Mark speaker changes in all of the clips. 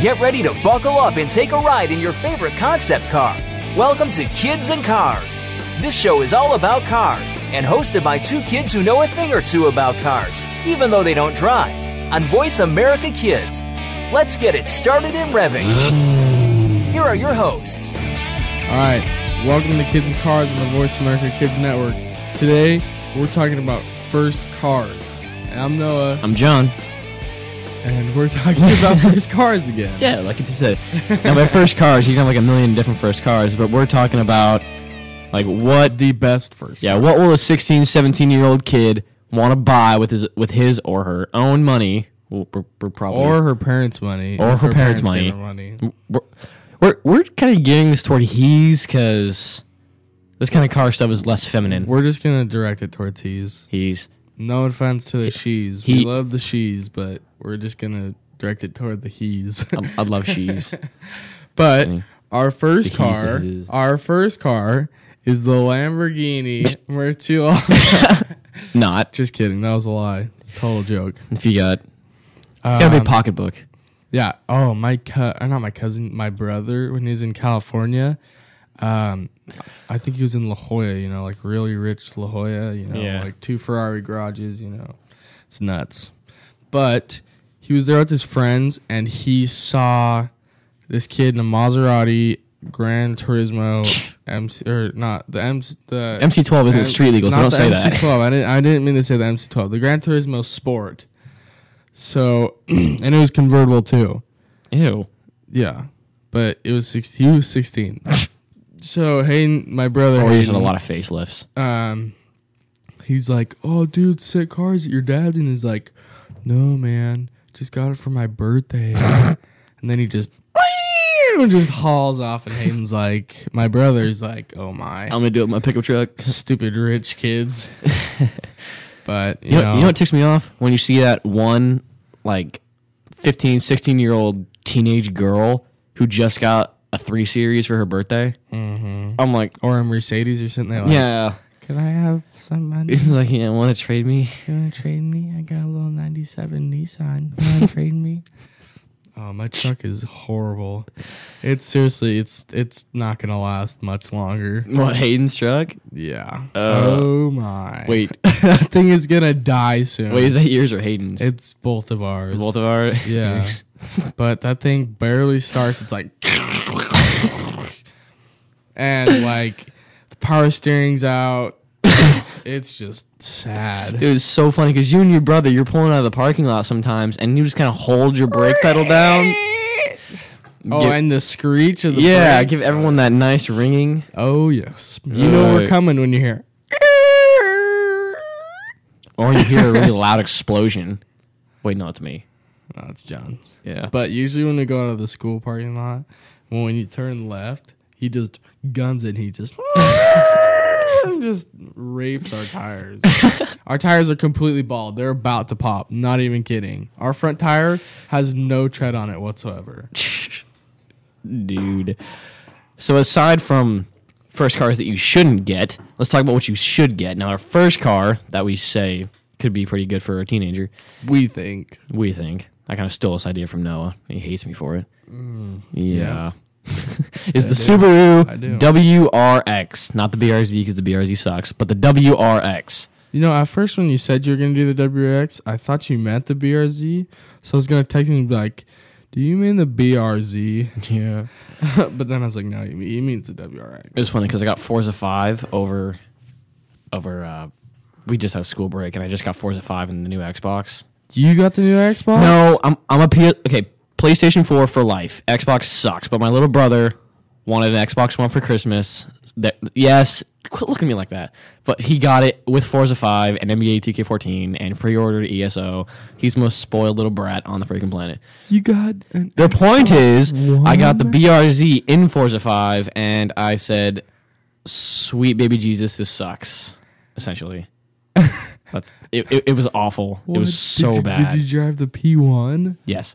Speaker 1: Get ready to buckle up and take a ride in your favorite concept car. Welcome to Kids and Cars. This show is all about cars and hosted by two kids who know a thing or two about cars, even though they don't drive, on Voice America Kids. Let's get it started in revving. Here are your hosts.
Speaker 2: All right, welcome to Kids and Cars on the Voice America Kids Network. Today, we're talking about first cars. And I'm Noah,
Speaker 3: I'm John.
Speaker 2: and we're talking about first cars again.
Speaker 3: Yeah, like you just said. now, by first cars, you can have like a million different first cars, but we're talking about like what
Speaker 2: The best first.
Speaker 3: yeah,
Speaker 2: cars.
Speaker 3: what will a 16, 17 year old kid want to buy with his with his or her own money? Well, we're, we're probably
Speaker 2: Or her parents' money.
Speaker 3: Or
Speaker 2: if
Speaker 3: her parents'
Speaker 2: gave
Speaker 3: money.
Speaker 2: her money.
Speaker 3: we're, we're, we're kind of gearing this toward he's because this kind of car stuff is less feminine.
Speaker 2: We're just gonna direct it towards he's.
Speaker 3: he's
Speaker 2: No offense to the she's.
Speaker 3: he-
Speaker 2: we love the she's, but we're just gonna direct it toward the he's.
Speaker 3: um, I, I love she's.
Speaker 2: but
Speaker 3: funny.
Speaker 2: our first
Speaker 3: The he's, the
Speaker 2: car,
Speaker 3: he's.
Speaker 2: our first car is the Lamborghini Mercury.
Speaker 3: Not
Speaker 2: Just kidding. That was a lie. It's a total joke.
Speaker 3: if you got got a big pocketbook.
Speaker 2: Yeah. Oh, my co- or not my cousin, my brother when he was in California. Um, I think he was in La Jolla. You know, like really rich La Jolla. You know,
Speaker 3: Yeah.
Speaker 2: like two Ferrari garages. You know, it's nuts. But he was there with his friends, and he saw this kid in a Maserati Gran Turismo MC or not the MC the
Speaker 3: MC12 isn't street legal, so
Speaker 2: not
Speaker 3: don't
Speaker 2: the
Speaker 3: say
Speaker 2: MC12.
Speaker 3: that.
Speaker 2: I didn't. I didn't mean to say the MC12. The Gran Turismo Sport. So, and it was convertible too.
Speaker 3: Ew.
Speaker 2: Yeah, but it was six. He was sixteen. so Hayden, my brother,
Speaker 3: Or he's had
Speaker 2: Hayden,
Speaker 3: a lot of facelifts.
Speaker 2: um, he's like, "Oh, dude, sick cars at your dad's," and he's like, "No, man, just got it for my birthday." and then he just. and Just hauls off, and Hayden's like, my brother's like, oh my,
Speaker 3: I'm gonna do it with my pickup truck.
Speaker 2: stupid rich kids. but you,
Speaker 3: You know,
Speaker 2: know,
Speaker 3: you know what ticks me off? When you see that one, like, 15, 16 year old teenage girl who just got a 3 Series for her birthday. Mm-hmm. I'm like,
Speaker 2: or a Mercedes or something. They're like,
Speaker 3: yeah.
Speaker 2: Can I have some money?
Speaker 3: He's like, yeah, want to trade me?
Speaker 2: You want to trade me? I got a little 97 Nissan. You want to trade me? Oh, my truck is horrible. It's seriously, it's it's not going to last much longer.
Speaker 3: What, Hayden's truck?
Speaker 2: Yeah.
Speaker 3: Uh,
Speaker 2: oh my.
Speaker 3: Wait,
Speaker 2: that thing is going to die soon.
Speaker 3: wait, is that yours or Hayden's?
Speaker 2: it's both of ours.
Speaker 3: Both of our.
Speaker 2: Yeah. but that thing barely starts. It's like. and like the power steering's out. it's just sad.
Speaker 3: Dude, it's so funny because you and your brother, you're pulling out of the parking lot sometimes and you just kind of hold your brake pedal down.
Speaker 2: oh,
Speaker 3: give-
Speaker 2: and the screech of the
Speaker 3: Yeah,
Speaker 2: brakes.
Speaker 3: give everyone that nice ringing.
Speaker 2: Oh yes, you know we're
Speaker 3: Right.
Speaker 2: coming when you hear.
Speaker 3: Or you hear a really loud explosion. Wait, no, it's me.
Speaker 2: No, it's John.
Speaker 3: Yeah.
Speaker 2: But usually when we go out of the school parking lot, when when you turn left, he just guns it. He just just rapes our tires. our tires are completely bald. They're about to pop. Not even kidding. Our front tire has no tread on it whatsoever.
Speaker 3: dude. So aside from first cars that you shouldn't get, let's talk about what you should get. Now, our first car that we say could be pretty good for a teenager,
Speaker 2: We think.
Speaker 3: we think. I kind of stole this idea from Noah, and he hates me for it. yeah. is the
Speaker 2: Mm, I do.
Speaker 3: Subaru WRX, not the BRZ because the BRZ sucks, but the WRX.
Speaker 2: You know, at first when you said you were gonna do the WRX, I thought you meant the BRZ. So I was gonna text you and be like, "Do you mean the BRZ?"
Speaker 3: Yeah.
Speaker 2: but then I was like, "No, you mean, he means the WRX."
Speaker 3: It was funny because I got Forza Five over, over. Uh, we just had school break, and I just got Forza Five and the new Xbox.
Speaker 2: You got the new Xbox?
Speaker 3: No, I'm I'm a P- okay. PlayStation 4 for life. Xbox sucks, but my little brother wanted an Xbox One for Christmas. That yes, quit looking at me like that. But he got it with Forza 5 and NBA 2K14 and pre-ordered ESO. He's the most spoiled little brat on the freaking planet.
Speaker 2: You got an
Speaker 3: The point is, I got the BRZ in Forza 5 and I said, "Sweet baby Jesus, this sucks." Essentially. That's it, it, it was awful. it was so
Speaker 2: did,
Speaker 3: bad.
Speaker 2: Did you drive the P1?
Speaker 3: yes.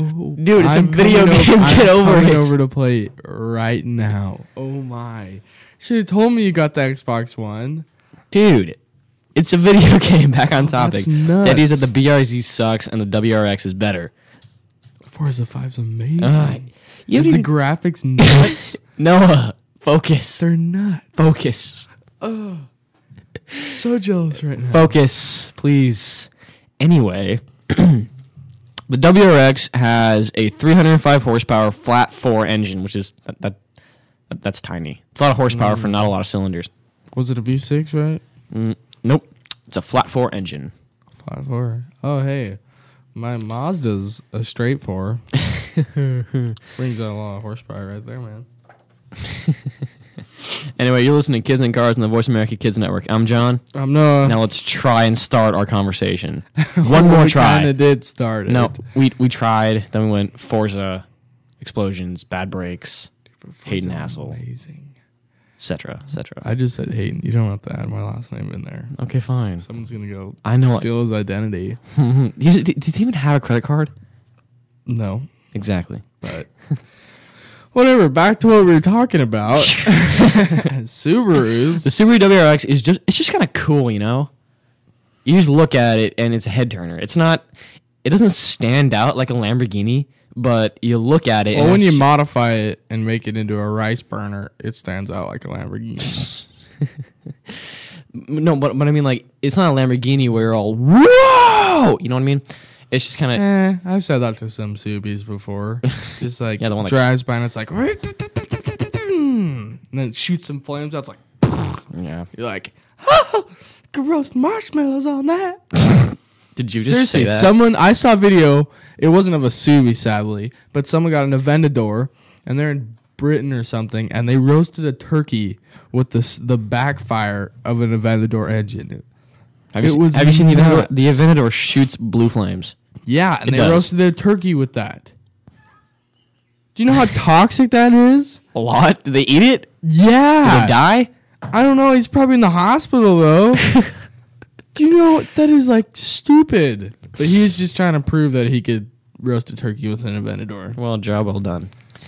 Speaker 2: Oh,
Speaker 3: Dude, it's a video
Speaker 2: coming
Speaker 3: game.
Speaker 2: Over,
Speaker 3: Get
Speaker 2: I'm
Speaker 3: over
Speaker 2: coming
Speaker 3: it.
Speaker 2: over to play it right now. Oh my! Should have told me you got the Xbox One.
Speaker 3: Dude, it's a video game. Back on topic.
Speaker 2: Oh, nuts.
Speaker 3: That is that the BRZ sucks and the WRX is better.
Speaker 2: Forza Five's amazing.
Speaker 3: Uh, you
Speaker 2: Is the
Speaker 3: need-
Speaker 2: graphics nuts?
Speaker 3: Noah, focus.
Speaker 2: They're nuts.
Speaker 3: Focus.
Speaker 2: So jealous right now.
Speaker 3: Focus, please. Anyway, the WRX has a 305 horsepower flat four engine, which is that, that, that that's tiny. It's a lot of horsepower
Speaker 2: Mm.
Speaker 3: for not a lot of cylinders. Mm,
Speaker 2: Was it a V6, right?
Speaker 3: Nope, it's a flat four engine.
Speaker 2: Five four. Oh hey, my Mazda's a straight four. Brings out a lot of horsepower right there, man.
Speaker 3: Anyway, you're listening to Kids and Cars on the Voice America Kids Network. I'm John.
Speaker 2: I'm uh, Noah.
Speaker 3: Now let's try and start our conversation. One more try.
Speaker 2: Kind of did start it.
Speaker 3: No, we we tried. Then we went Forza, explosions, bad brakes, Hayden Hassel,
Speaker 2: Amazing.
Speaker 3: etc., etc.
Speaker 2: I just said Hayden. You don't have to add my last name in there.
Speaker 3: Okay, fine.
Speaker 2: Someone's gonna go.
Speaker 3: I know what-
Speaker 2: Steal his identity.
Speaker 3: He- Did he even have a credit card?
Speaker 2: No,
Speaker 3: Exactly.
Speaker 2: but whatever. Back to what we were talking about.
Speaker 3: The
Speaker 2: Subarus.
Speaker 3: Subaru WRX is just it's just kind of cool, you know. You just look at it and it's a head turner. It's not. It doesn't stand out like a Lamborghini, but you look at it.
Speaker 2: Well,
Speaker 3: and
Speaker 2: when you
Speaker 3: it's-
Speaker 2: modify it and make it into a rice burner, it stands out like a Lamborghini.
Speaker 3: no, but but I mean like it's not a Lamborghini where you're all whoa. You know what I mean? It's just kind of
Speaker 2: eh, I've said that to some Subies before. Just like
Speaker 3: Yeah, the one that-
Speaker 2: drives by and it's like, and then it shoots some flames out. It's like,
Speaker 3: yeah.
Speaker 2: you're like, oh, could roast marshmallows on that.
Speaker 3: Did you just
Speaker 2: Seriously,
Speaker 3: say that?
Speaker 2: someone I saw a video. It wasn't of a Subi, sadly, but someone got an Aventador, and they're in Britain or something, and they roasted a turkey with the s- the backfire of an Aventador engine.
Speaker 3: Have you,
Speaker 2: It
Speaker 3: se-
Speaker 2: was
Speaker 3: have you seen the Aventador?
Speaker 2: nuts.
Speaker 3: The Aventador shoots blue flames.
Speaker 2: Yeah, and they
Speaker 3: does.
Speaker 2: roasted their turkey with that. Do you know how toxic that is?
Speaker 3: A lot? Did they eat it? Did
Speaker 2: Yeah.
Speaker 3: they die?
Speaker 2: I don't know. He's probably in the hospital though. Do you know that is like stupid? But he's just trying to prove that he could roast a turkey with an Aventador.
Speaker 3: Well, job well done.
Speaker 2: It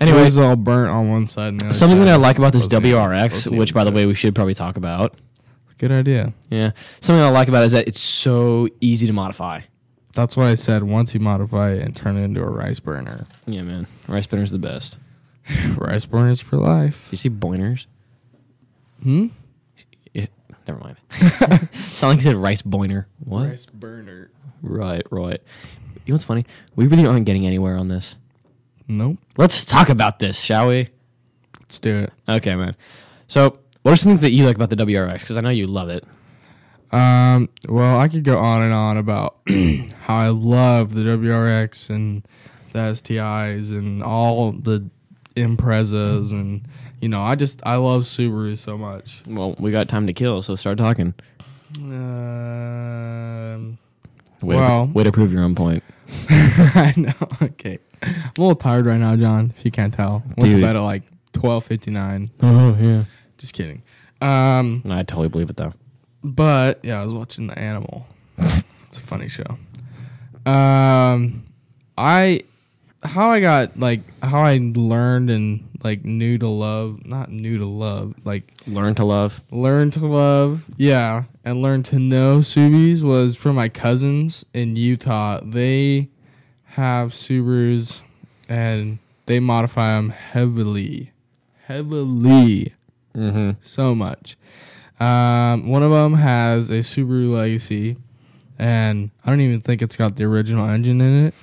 Speaker 3: Anyways,
Speaker 2: was all burnt on one side. And the other
Speaker 3: something
Speaker 2: side.
Speaker 3: that I like about this
Speaker 2: Wasn't even-
Speaker 3: WRX,
Speaker 2: wasn't
Speaker 3: which
Speaker 2: even
Speaker 3: by the
Speaker 2: good.
Speaker 3: way we should probably talk about.
Speaker 2: good idea.
Speaker 3: Yeah, something I like about it is that it's so easy to modify.
Speaker 2: That's why I said once you modify it and turn it into a rice burner,
Speaker 3: Yeah, man, rice burners the best.
Speaker 2: rice burners for life.
Speaker 3: You see boiners? Hmm. never mind. Sound like you said rice boiner. What?
Speaker 2: burner.
Speaker 3: Right, right. You know what's funny? We really aren't getting anywhere on this.
Speaker 2: Nope.
Speaker 3: Let's talk about this, shall we?
Speaker 2: Let's do it.
Speaker 3: Okay, man. So, what are some things that you like about the WRX? Because I know you love it.
Speaker 2: Um, well, I could go on and on about how I love the WRX and the STIs and all the Imprezas and you know I just I love Subaru so much.
Speaker 3: Well, we got time to kill, so start talking.
Speaker 2: Um,
Speaker 3: Way,
Speaker 2: Well-
Speaker 3: to, way to prove your own point.
Speaker 2: I know. Okay, I'm a little tired right now, John. If you can't tell, went
Speaker 3: Dude.
Speaker 2: to bed at like twelve fifty nine.
Speaker 3: Oh, yeah.
Speaker 2: Just kidding. Um,
Speaker 3: No, I totally believe it, though.
Speaker 2: but yeah, I was watching The Animal. it's a funny show. Um, I how I got like how I learned and like knew to love, not knew to love, like
Speaker 3: Learn to love.
Speaker 2: learned to love, yeah, and learned to know Subis was from my cousins in Utah. They have Subarus and they modify them heavily, heavily, so much. Um, one of them has a Subaru Legacy, and I don't even think it's got the original engine in it.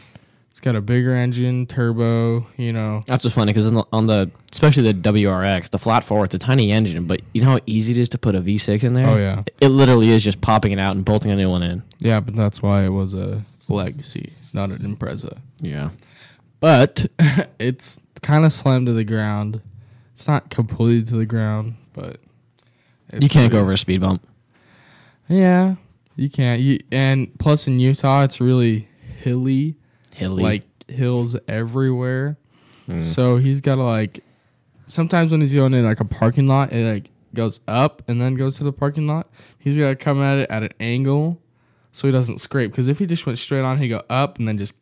Speaker 2: It's got a bigger engine, turbo, you know.
Speaker 3: That's what's funny, because on the, especially the WRX, the flat four, it's a tiny engine, but you know how easy it is to put a V6 in there?
Speaker 2: Oh, yeah.
Speaker 3: It literally is just popping it out and bolting a new one in.
Speaker 2: Yeah, but that's why it was a Legacy, not an Impreza.
Speaker 3: Yeah.
Speaker 2: but it's kind of slammed to the ground. It's not completely to the ground, but
Speaker 3: You can't go over a speed bump.
Speaker 2: Yeah, you can't. You and plus in Utah, it's really hilly,
Speaker 3: Hilly.
Speaker 2: like hills everywhere. So he's got to like. Sometimes when he's going in like a parking lot, it like goes up and then goes to the parking lot. He's got to come at it at an angle, so he doesn't scrape. Because if he just went straight on, he'd go up and then just.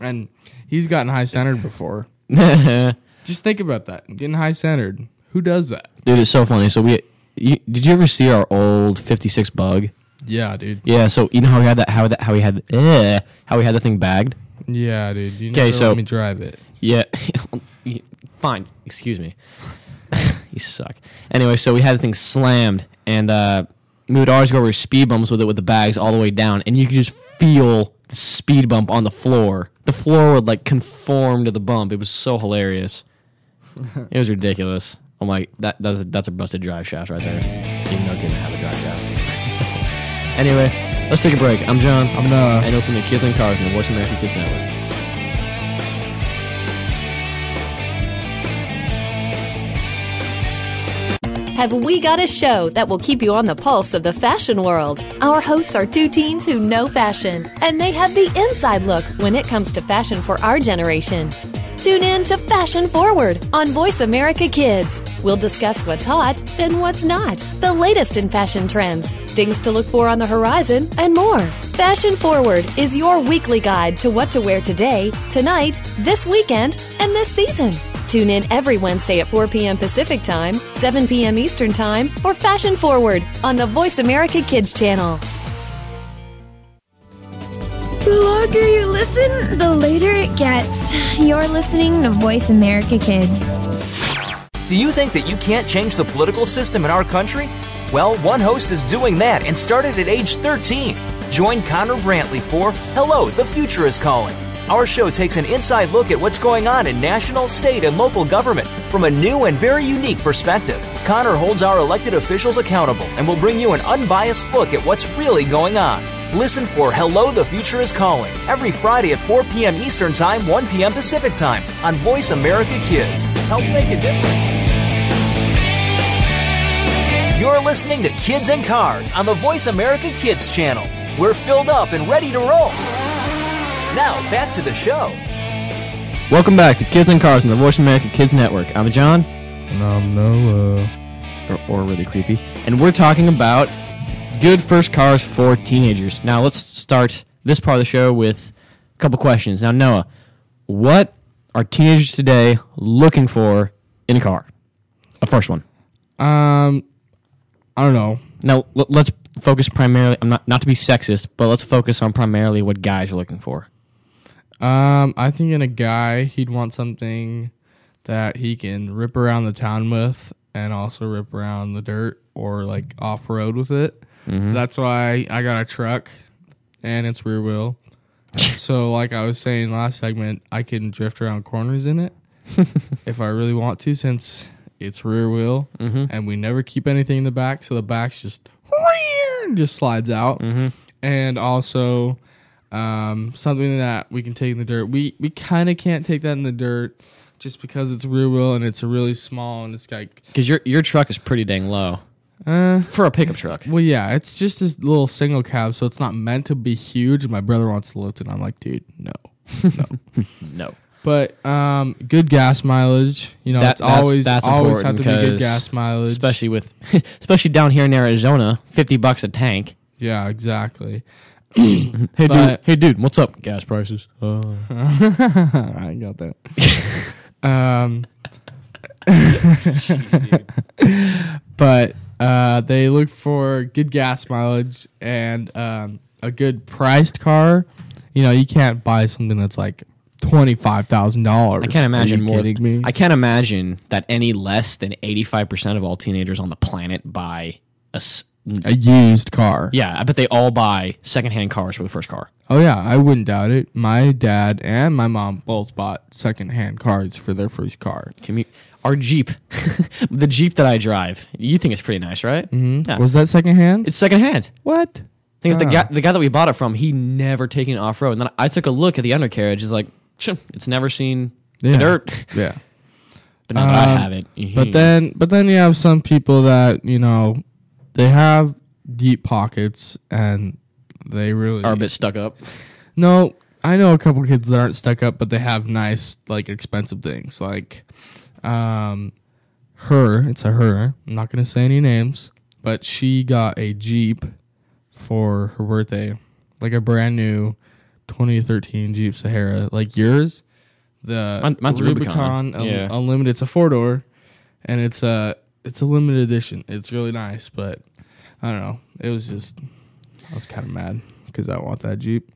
Speaker 2: and he's gotten high centered before.
Speaker 3: dude,
Speaker 2: Just think about that. Getting high centered. Who does that?
Speaker 3: it's so funny. So, we, you, did you ever see our old 56 bug?
Speaker 2: Yeah, dude.
Speaker 3: Yeah, so you know how we had that how that how we had eh, how we had the thing bagged?
Speaker 2: Yeah, dude. You
Speaker 3: 'Kay,
Speaker 2: never
Speaker 3: so-
Speaker 2: let me drive it.
Speaker 3: Yeah. Fine. Excuse me. you suck. Anyway, so we had the thing slammed, and uh, we would always go over speed bumps with it with the bags all the way down, and you could just feel the speed bump on the floor. The floor would like conform to the bump. It was so hilarious. it was ridiculous. I'm like, that, that's, a, that's a busted drive shaft right there. Even though it didn't have a drive shaft. anyway, let's take a break. I'm John.
Speaker 2: I'm not.
Speaker 3: and listen to Kids and Cars and the Voice America Kids Network.
Speaker 4: Have we got a show that will keep you on the pulse of the fashion world? Our hosts are two teens who know fashion, and they have the inside look when it comes to fashion for our generation. Tune in to Fashion Forward on Voice America Kids. We'll discuss what's hot, then what's not, the latest in fashion trends, things to look for on the horizon, and more. Fashion Forward is your weekly guide to what to wear today, tonight, this weekend, and this season. Tune in every Wednesday at 4 p.m. Pacific Time, 7 p.m. Eastern Time for Fashion Forward on the Voice America Kids channel.
Speaker 5: The longer you listen, the later it gets. You're listening to Voice America Kids.
Speaker 1: Do you think that you can't change the political system in our country? Well, one host is doing that and started at age 13. Join Connor Brantley for Hello, the Future is Calling. Our show takes an inside look at what's going on in national, state, and local government from a new and very unique perspective. Connor holds our elected officials accountable and will bring you an unbiased look at what's really going on. Listen for Hello, the Future is Calling every Friday at 4 p.m. Eastern Time, 1 p.m. Pacific Time on Voice America Kids. Help make a difference. You're listening to Kids and Cars on the Voice America Kids channel. We're filled up and ready to roll. Now, back to the show.
Speaker 3: Welcome back to Kids and Cars on the Voice America Kids Network. I'm John,
Speaker 2: And I'm Noah.
Speaker 3: or, or really creepy, and we're talking about good first cars for teenagers. Now let's start this part of the show with a couple questions. Now Noah, what are teenagers today looking for in a car? A first one.
Speaker 2: Um, I don't know.
Speaker 3: Now l- let's focus primarily. I'm not not to be sexist, but let's focus on primarily what guys are looking for.
Speaker 2: Um, I think in a guy, he'd want something that he can rip around the town with and also rip around the dirt or like off road with it. That's why I got a truck and it's rear wheel. so, like I was saying last segment, I can drift around corners in it if I really want to, since it's rear wheel and we never keep anything in the back. So the back's just just slides out. And also, um, something that we can take in the dirt. We we kind of can't take that in the dirt just because it's rear wheel and it's really small and it's like
Speaker 3: Because your your truck is pretty dang low
Speaker 2: uh,
Speaker 3: for a pickup truck.
Speaker 2: well yeah it's just this little single cab so it's not meant to be huge. My brother wants to lift it. I'm like dude no.
Speaker 3: No.
Speaker 2: But um, good gas mileage. You know,
Speaker 3: That-
Speaker 2: it's always
Speaker 3: Oh, that's
Speaker 2: always have
Speaker 3: important
Speaker 2: to be good
Speaker 3: 'cause
Speaker 2: gas mileage.
Speaker 3: especially with especially down here in Arizona, fifty bucks a tank.
Speaker 2: yeah, exactly.
Speaker 3: Hey dude,
Speaker 2: But-
Speaker 3: hey dude, what's up? Gas prices. Oh.
Speaker 2: I got that. um, but uh, they look for good gas mileage and um, a good priced car. You know, you can't buy something that's like twenty five thousand dollars.
Speaker 3: I can't imagine
Speaker 2: Are you
Speaker 3: more.
Speaker 2: Kidding me?
Speaker 3: I can't imagine that any less than eighty five percent of all teenagers on the planet buy a. s-
Speaker 2: a used car.
Speaker 3: Yeah, I bet they all buy secondhand cars for the first car.
Speaker 2: Oh yeah, I wouldn't doubt it. My dad and my mom both bought secondhand cars for their first car.
Speaker 3: Can we, our Jeep, the Jeep that I drive, you think it's pretty nice, right? Mm-hmm. Yeah.
Speaker 2: Was that secondhand?
Speaker 3: it's secondhand.
Speaker 2: what?
Speaker 3: thing is, the guy the guy that we bought it from, he never taken it off road. And then I took a look at the undercarriage. It's like, "Phew, it's never seen
Speaker 2: Yeah.
Speaker 3: the dirt.
Speaker 2: Yeah.
Speaker 3: But now that I
Speaker 2: Um,
Speaker 3: have it,
Speaker 2: But then, but then you have some people that you know, they have deep pockets and they really
Speaker 3: are a bit stuck up.
Speaker 2: No, I know a couple kids that aren't stuck up, but they have nice, like expensive things. Like, um, her. It's a her. I'm not gonna say any names, but she got a Jeep for her birthday, like a brand new 2013 Jeep Sahara, like yours. The
Speaker 3: Mine- mine's a Rubicon.
Speaker 2: Rubicon, un-
Speaker 3: Yeah.
Speaker 2: Unlimited. It's a four door, and it's a it's a limited edition. It's really nice, but I don't know. It was just I was kind of mad. because I want that Jeep.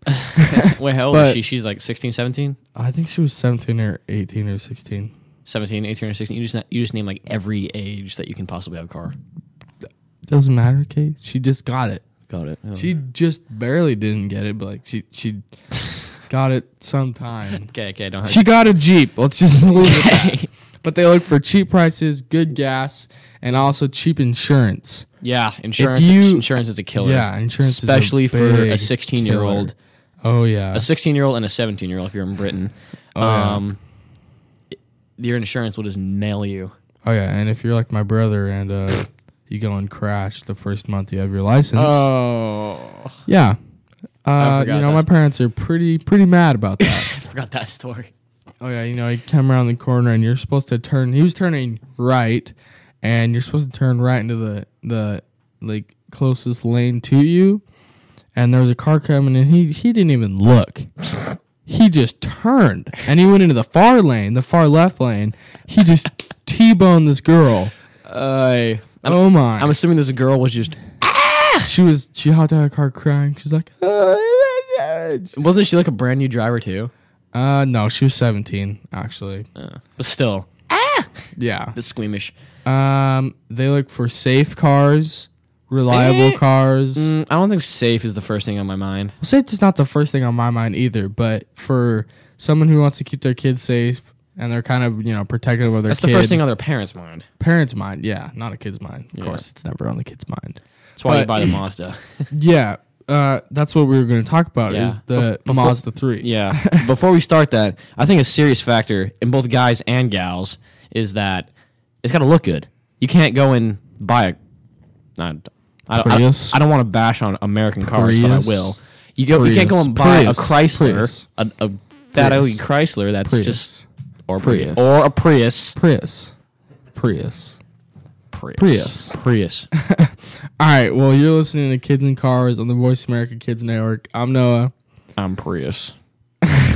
Speaker 3: Wait, how old is
Speaker 2: But-
Speaker 3: she? She's like 16, 17?
Speaker 2: I think she was 17 or 18 or 16.
Speaker 3: 17, 18, or 16. You just, you just name like every age that you can possibly have a car.
Speaker 2: Doesn't matter, Kate. She just got it.
Speaker 3: Got it.
Speaker 2: She just barely didn't get it, but like she she got it sometime.
Speaker 3: okay, okay, don't
Speaker 2: She got a Jeep. Let's just leave it at that. But they look for cheap prices, good gas, and also cheap insurance.
Speaker 3: Yeah, insurance.
Speaker 2: you-
Speaker 3: insurance is a killer.
Speaker 2: Yeah, insurance is a
Speaker 3: especially for a
Speaker 2: big
Speaker 3: sixteen-year-old,
Speaker 2: killer. Oh yeah.
Speaker 3: a sixteen-year-old, and a seventeen-year-old. If you're in Britain,
Speaker 2: Oh, yeah.
Speaker 3: um, it- your insurance will just nail you.
Speaker 2: Oh yeah, and if you're like my brother and uh you go and crash the first month you have your license.
Speaker 3: Oh,
Speaker 2: yeah. Uh,
Speaker 3: forgot
Speaker 2: you know, my
Speaker 3: that's-
Speaker 2: parents are pretty pretty mad about that.
Speaker 3: I forgot that story.
Speaker 2: oh yeah, you know, he came around the corner and you're supposed to turn. He was turning right, and you're supposed to turn right into the the like closest lane to you. And there was a car coming, and he he didn't even look. he just turned and he went into the far lane, the far left lane. He just t-boned this girl.
Speaker 3: I, I'm,
Speaker 2: oh my!
Speaker 3: I'm assuming this girl was just
Speaker 2: she was she hopped out of the car crying. She's like, "Oh,
Speaker 3: wasn't she like a brand new driver too?
Speaker 2: uh, no, she was seventeen actually.
Speaker 3: But still,
Speaker 2: Yeah.
Speaker 3: it's squeamish.
Speaker 2: Um, they look for safe cars, reliable cars.
Speaker 3: Mm, I don't think safe is the first thing on my mind.
Speaker 2: Safe is not the first thing on my mind either, but for someone who wants to keep their kids safe and they're kind of you know protective of their
Speaker 3: That's
Speaker 2: kid,
Speaker 3: the first thing on their parents' mind.
Speaker 2: parents' mind. Yeah, not a kid's mind. Of course, it's never on the kid's mind.
Speaker 3: That's why you
Speaker 2: But-
Speaker 3: buy the Mazda.
Speaker 2: Yeah. Uh, that's what we were going to talk about
Speaker 3: Yeah.
Speaker 2: is the Mazda 3.
Speaker 3: Yeah. Before we start that, I think a serious factor in both guys and gals is that it's got to look good. You can't go and buy a. I, I, I,
Speaker 2: Prius?
Speaker 3: I don't want to bash on American cars, but I
Speaker 2: Prius?
Speaker 3: will. You go. You can't go
Speaker 2: Prius.
Speaker 3: and buy
Speaker 2: Prius.
Speaker 3: a Chrysler,
Speaker 2: Prius.
Speaker 3: a, a fat
Speaker 2: Prius.
Speaker 3: ugly Chrysler. That's
Speaker 2: Prius.
Speaker 3: just or Prius.
Speaker 2: Prius.
Speaker 3: or a Prius.
Speaker 2: Prius. Prius.
Speaker 3: Prius.
Speaker 2: Prius.
Speaker 3: Prius.
Speaker 2: All right. Well, you're listening to Kids in Cars on the Voice America Kids Network. I'm Noah.
Speaker 3: I'm Prius.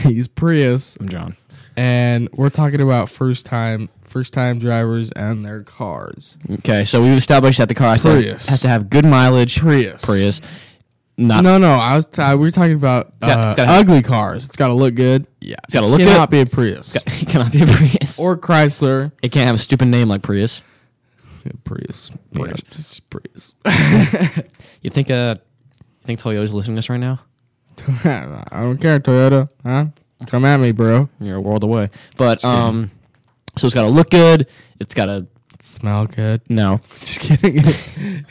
Speaker 2: He's Prius,
Speaker 3: I'm John.
Speaker 2: and we're talking about first time first time drivers and their cars.
Speaker 3: Okay, so we've established that the car has, to,
Speaker 2: Prius.
Speaker 3: has to have good mileage.
Speaker 2: Prius.
Speaker 3: Prius. Not
Speaker 2: No, no. I was t- we were talking about
Speaker 3: got-
Speaker 2: uh,
Speaker 3: Ah. it's gotta have-
Speaker 2: ugly cars. It's got to look good. Yeah.
Speaker 3: It's gotta look
Speaker 2: Cannot
Speaker 3: good.
Speaker 2: be a Prius
Speaker 3: It cannot be a Prius.
Speaker 2: or Chrysler.
Speaker 3: It can't have a stupid name like Prius.
Speaker 2: Prius.
Speaker 3: Prius.
Speaker 2: Yeah, it's Prius.
Speaker 3: You think uh, you think Toyota's listening to this right now?
Speaker 2: I don't care, Toyota. Huh? Come at me, bro.
Speaker 3: You're a world away. But um, so it's got to look good. It's got to
Speaker 2: Smell good.
Speaker 3: no.
Speaker 2: Just kidding.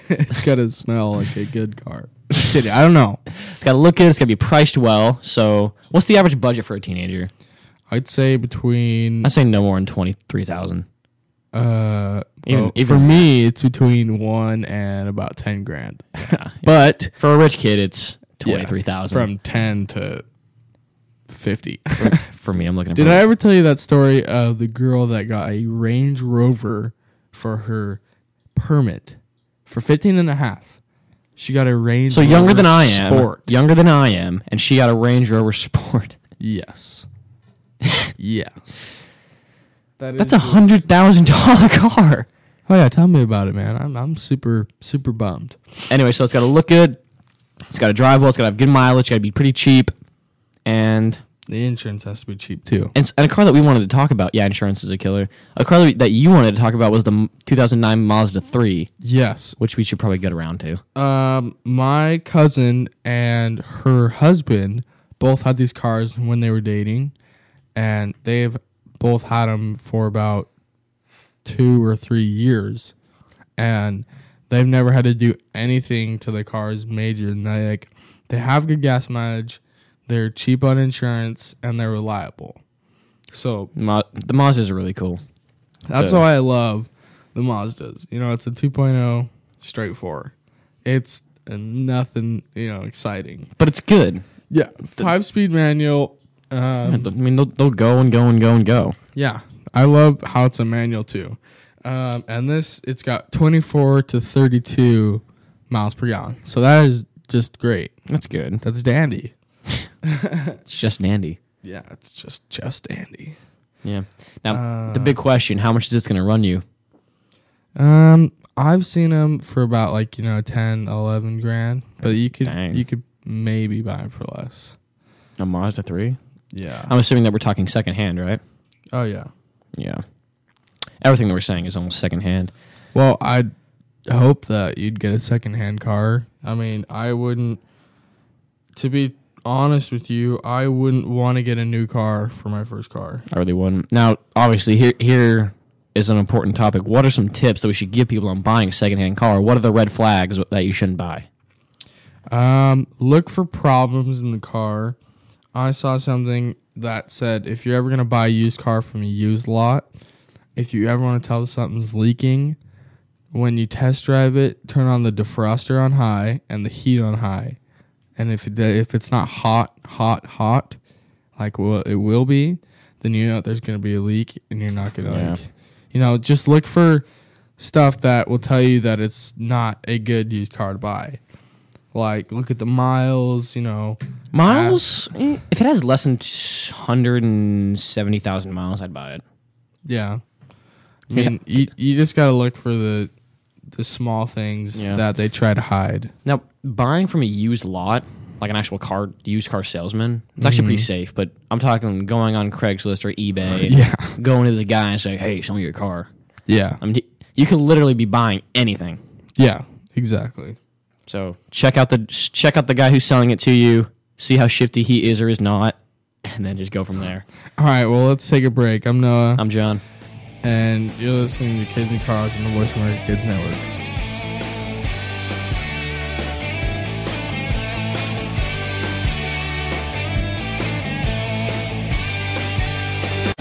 Speaker 2: it's got to smell like a good car. Just kidding. I don't know.
Speaker 3: It's got to look good. It's got to be priced well. So what's the average budget for a teenager?
Speaker 2: I'd say between
Speaker 3: I say no more than twenty three thousand.
Speaker 2: uh
Speaker 3: Even-
Speaker 2: well,
Speaker 3: even-
Speaker 2: for me it's between 1 and about 10 grand. but
Speaker 3: For a rich kid, it's
Speaker 2: yeah,
Speaker 3: twenty three thousand.
Speaker 2: from 10 to 50.
Speaker 3: for me, I'm looking. At
Speaker 2: Did I ever tell you that story of the girl that got a Range Rover for her permit for 15 and a half? She got a Range
Speaker 3: So younger
Speaker 2: Rover
Speaker 3: than I am.
Speaker 2: Sport.
Speaker 3: Younger than I am, and she got a Range Rover Sport.
Speaker 2: Yes. yes. That
Speaker 3: That's
Speaker 2: is
Speaker 3: a hundred thousand dollar car.
Speaker 2: Oh yeah, tell me about it, man. I'm I'm super super bummed.
Speaker 3: anyway, so it's got to look good. It's got to drive well. It's got to have good mileage. Got to be pretty cheap, and
Speaker 2: The insurance has to be cheap too.
Speaker 3: and, s- and a car that we wanted to talk about. Yeah, insurance is a killer. A car that, we- that you wanted to talk about was the m- 2009 Mazda 3,
Speaker 2: Yes.
Speaker 3: which we should probably get around to.
Speaker 2: Um my cousin and her husband both had these cars when they were dating and they've both had them for about 2 or 3 years and they've never had to do anything to the cars major and they like they have good gas mileage, they're cheap on insurance and they're reliable. So
Speaker 3: Ma- the Mazdas are really cool.
Speaker 2: That's
Speaker 3: So-
Speaker 2: why I love the Mazdas. You know, it's a 2.0 straight four. It's uh, nothing, you know, exciting.
Speaker 3: But it's good.
Speaker 2: Yeah, five speed manual. Um,
Speaker 3: I mean, they'll, they'll go and go and go and go.
Speaker 2: yeah, I love how it's a manual too. Um, and this, it's got 24 to 32 miles per gallon. So that is just great.
Speaker 3: That's good.
Speaker 2: That's dandy.
Speaker 3: It's just dandy.
Speaker 2: Yeah, it's just just dandy.
Speaker 3: Yeah. Now, the big question how much is this going to run you?
Speaker 2: Um, I've seen them for about like you know 10, 11 grand, but you could
Speaker 3: Dang.
Speaker 2: you could maybe buying for less.
Speaker 3: A Mazda 3?
Speaker 2: Yeah.
Speaker 3: I'm assuming that we're talking secondhand, right?
Speaker 2: oh yeah.
Speaker 3: Yeah. Everything that we're saying is almost secondhand.
Speaker 2: Well, I hope that you'd get a secondhand car. I mean, I wouldn't. To be honest with you, I wouldn't want to get a new car for my first car.
Speaker 3: I really wouldn't. Now, obviously, here here is an important topic. What are some tips that we should give people on buying a secondhand car? What are the red flags that you shouldn't buy?
Speaker 2: Um, look for problems in the car. I saw something that said if you're ever gonna buy a used car from a used lot, if you ever want to tell if something's leaking, when you test drive it, turn on the defroster on high and the heat on high. And if it, if it's not hot, hot, hot, like well, it will be, then you know there's gonna be a leak, and you're not gonna
Speaker 3: Yeah.
Speaker 2: like, you know, just look for stuff that will tell you that it's not a good used car to buy. Like look at the miles, you know.
Speaker 3: Miles, Mm, if it has less than 170,000 miles, I'd buy it.
Speaker 2: Yeah. I mean, you, you just gotta look for the the small things
Speaker 3: Yeah.
Speaker 2: that they try to hide.
Speaker 3: Now, buying from a used lot, like an actual car used car salesman, it's actually pretty safe. But I'm talking going on Craigslist or eBay, and
Speaker 2: Yeah.
Speaker 3: going to this guy and saying, "Hey, show me your car."
Speaker 2: Yeah.
Speaker 3: I mean, he- you could literally be buying anything.
Speaker 2: Yeah. Exactly.
Speaker 3: So check out the check out the guy who's selling it to you, see how shifty he is or is not, and then just go from there.
Speaker 2: All right. Well, let's take a break. I'm Noah,
Speaker 3: I'm John.
Speaker 2: and you're listening to Kids and Cars on the Voice of America Kids Network.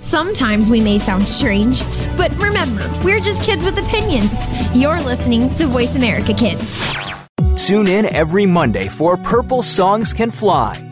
Speaker 5: Sometimes we may sound strange, but remember, we're just kids with opinions. You're listening to Voice America Kids.
Speaker 1: Tune in every Monday for Purple Songs Can Fly.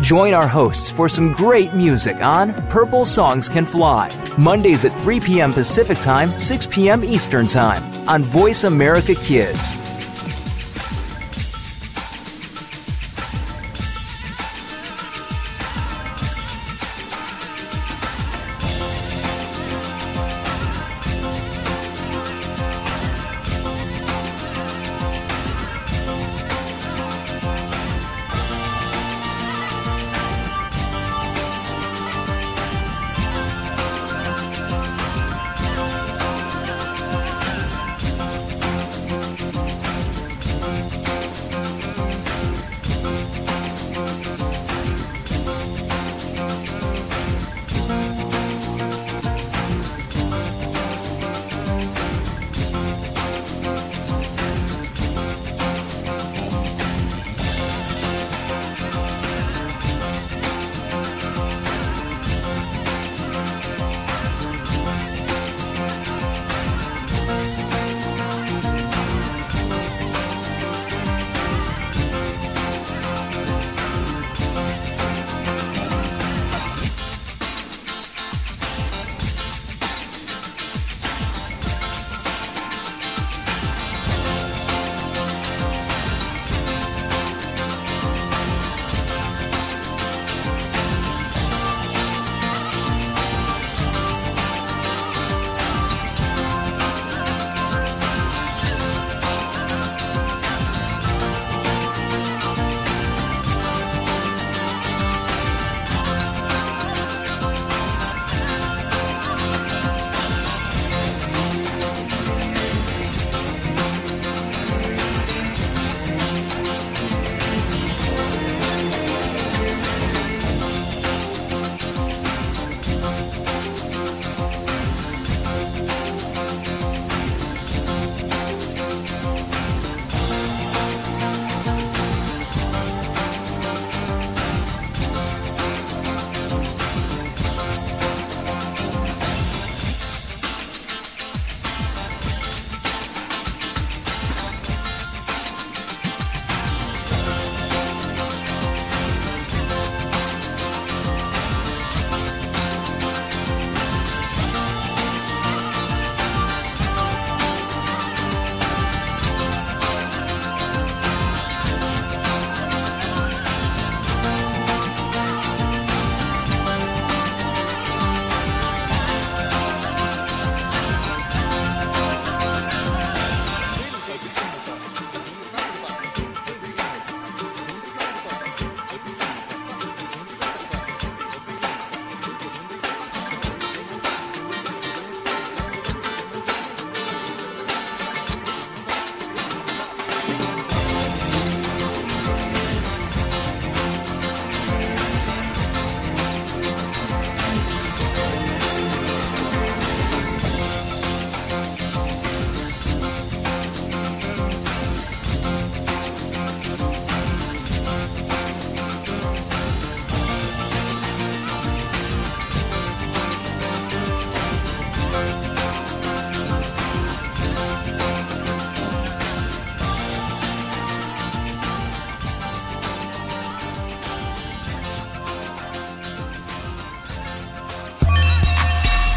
Speaker 1: Join our hosts for some great music on Purple Songs Can Fly, Mondays at 3 p.m. Pacific Time, 6 p.m. Eastern Time on Voice America Kids.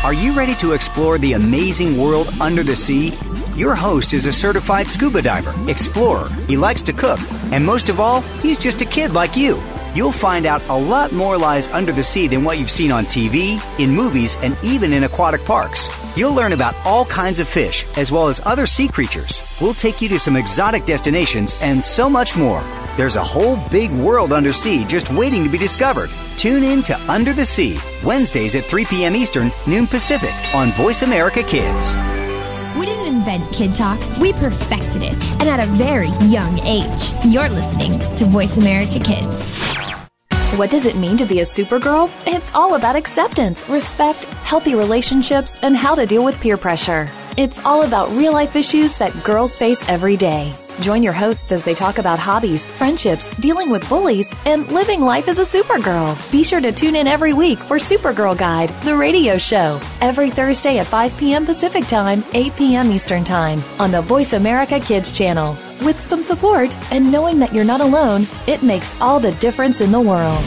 Speaker 6: Are you ready to explore the amazing world under the sea? Your host is a certified scuba diver, explorer. He likes to cook, and most of all, he's just a kid like you. You'll find out a lot more lies under the sea than what you've seen on TV, in movies, and even in aquatic parks. You'll learn about all kinds of fish, as well as other sea creatures. We'll take you to some exotic destinations and so much more. There's a whole big world under sea just waiting to be discovered. Tune in to Under the Sea, Wednesdays at 3 p.m. Eastern, noon Pacific, on Voice America Kids.
Speaker 5: We didn't invent Kid Talk, we perfected it, and at a very young age. You're listening to Voice America Kids.
Speaker 4: What does it mean to be a supergirl? It's all about acceptance, respect, healthy relationships, and how to deal with peer pressure. It's all about real life issues that girls face every day. Join your hosts as they talk about hobbies, friendships, dealing with bullies, and living life as a supergirl. Be sure to tune in every week for Supergirl Guide, the radio show, every Thursday at 5 p.m. Pacific Time, 8 p.m. Eastern Time, on the Voice America Kids channel. With some support and knowing that you're not alone, it makes all the difference in the world.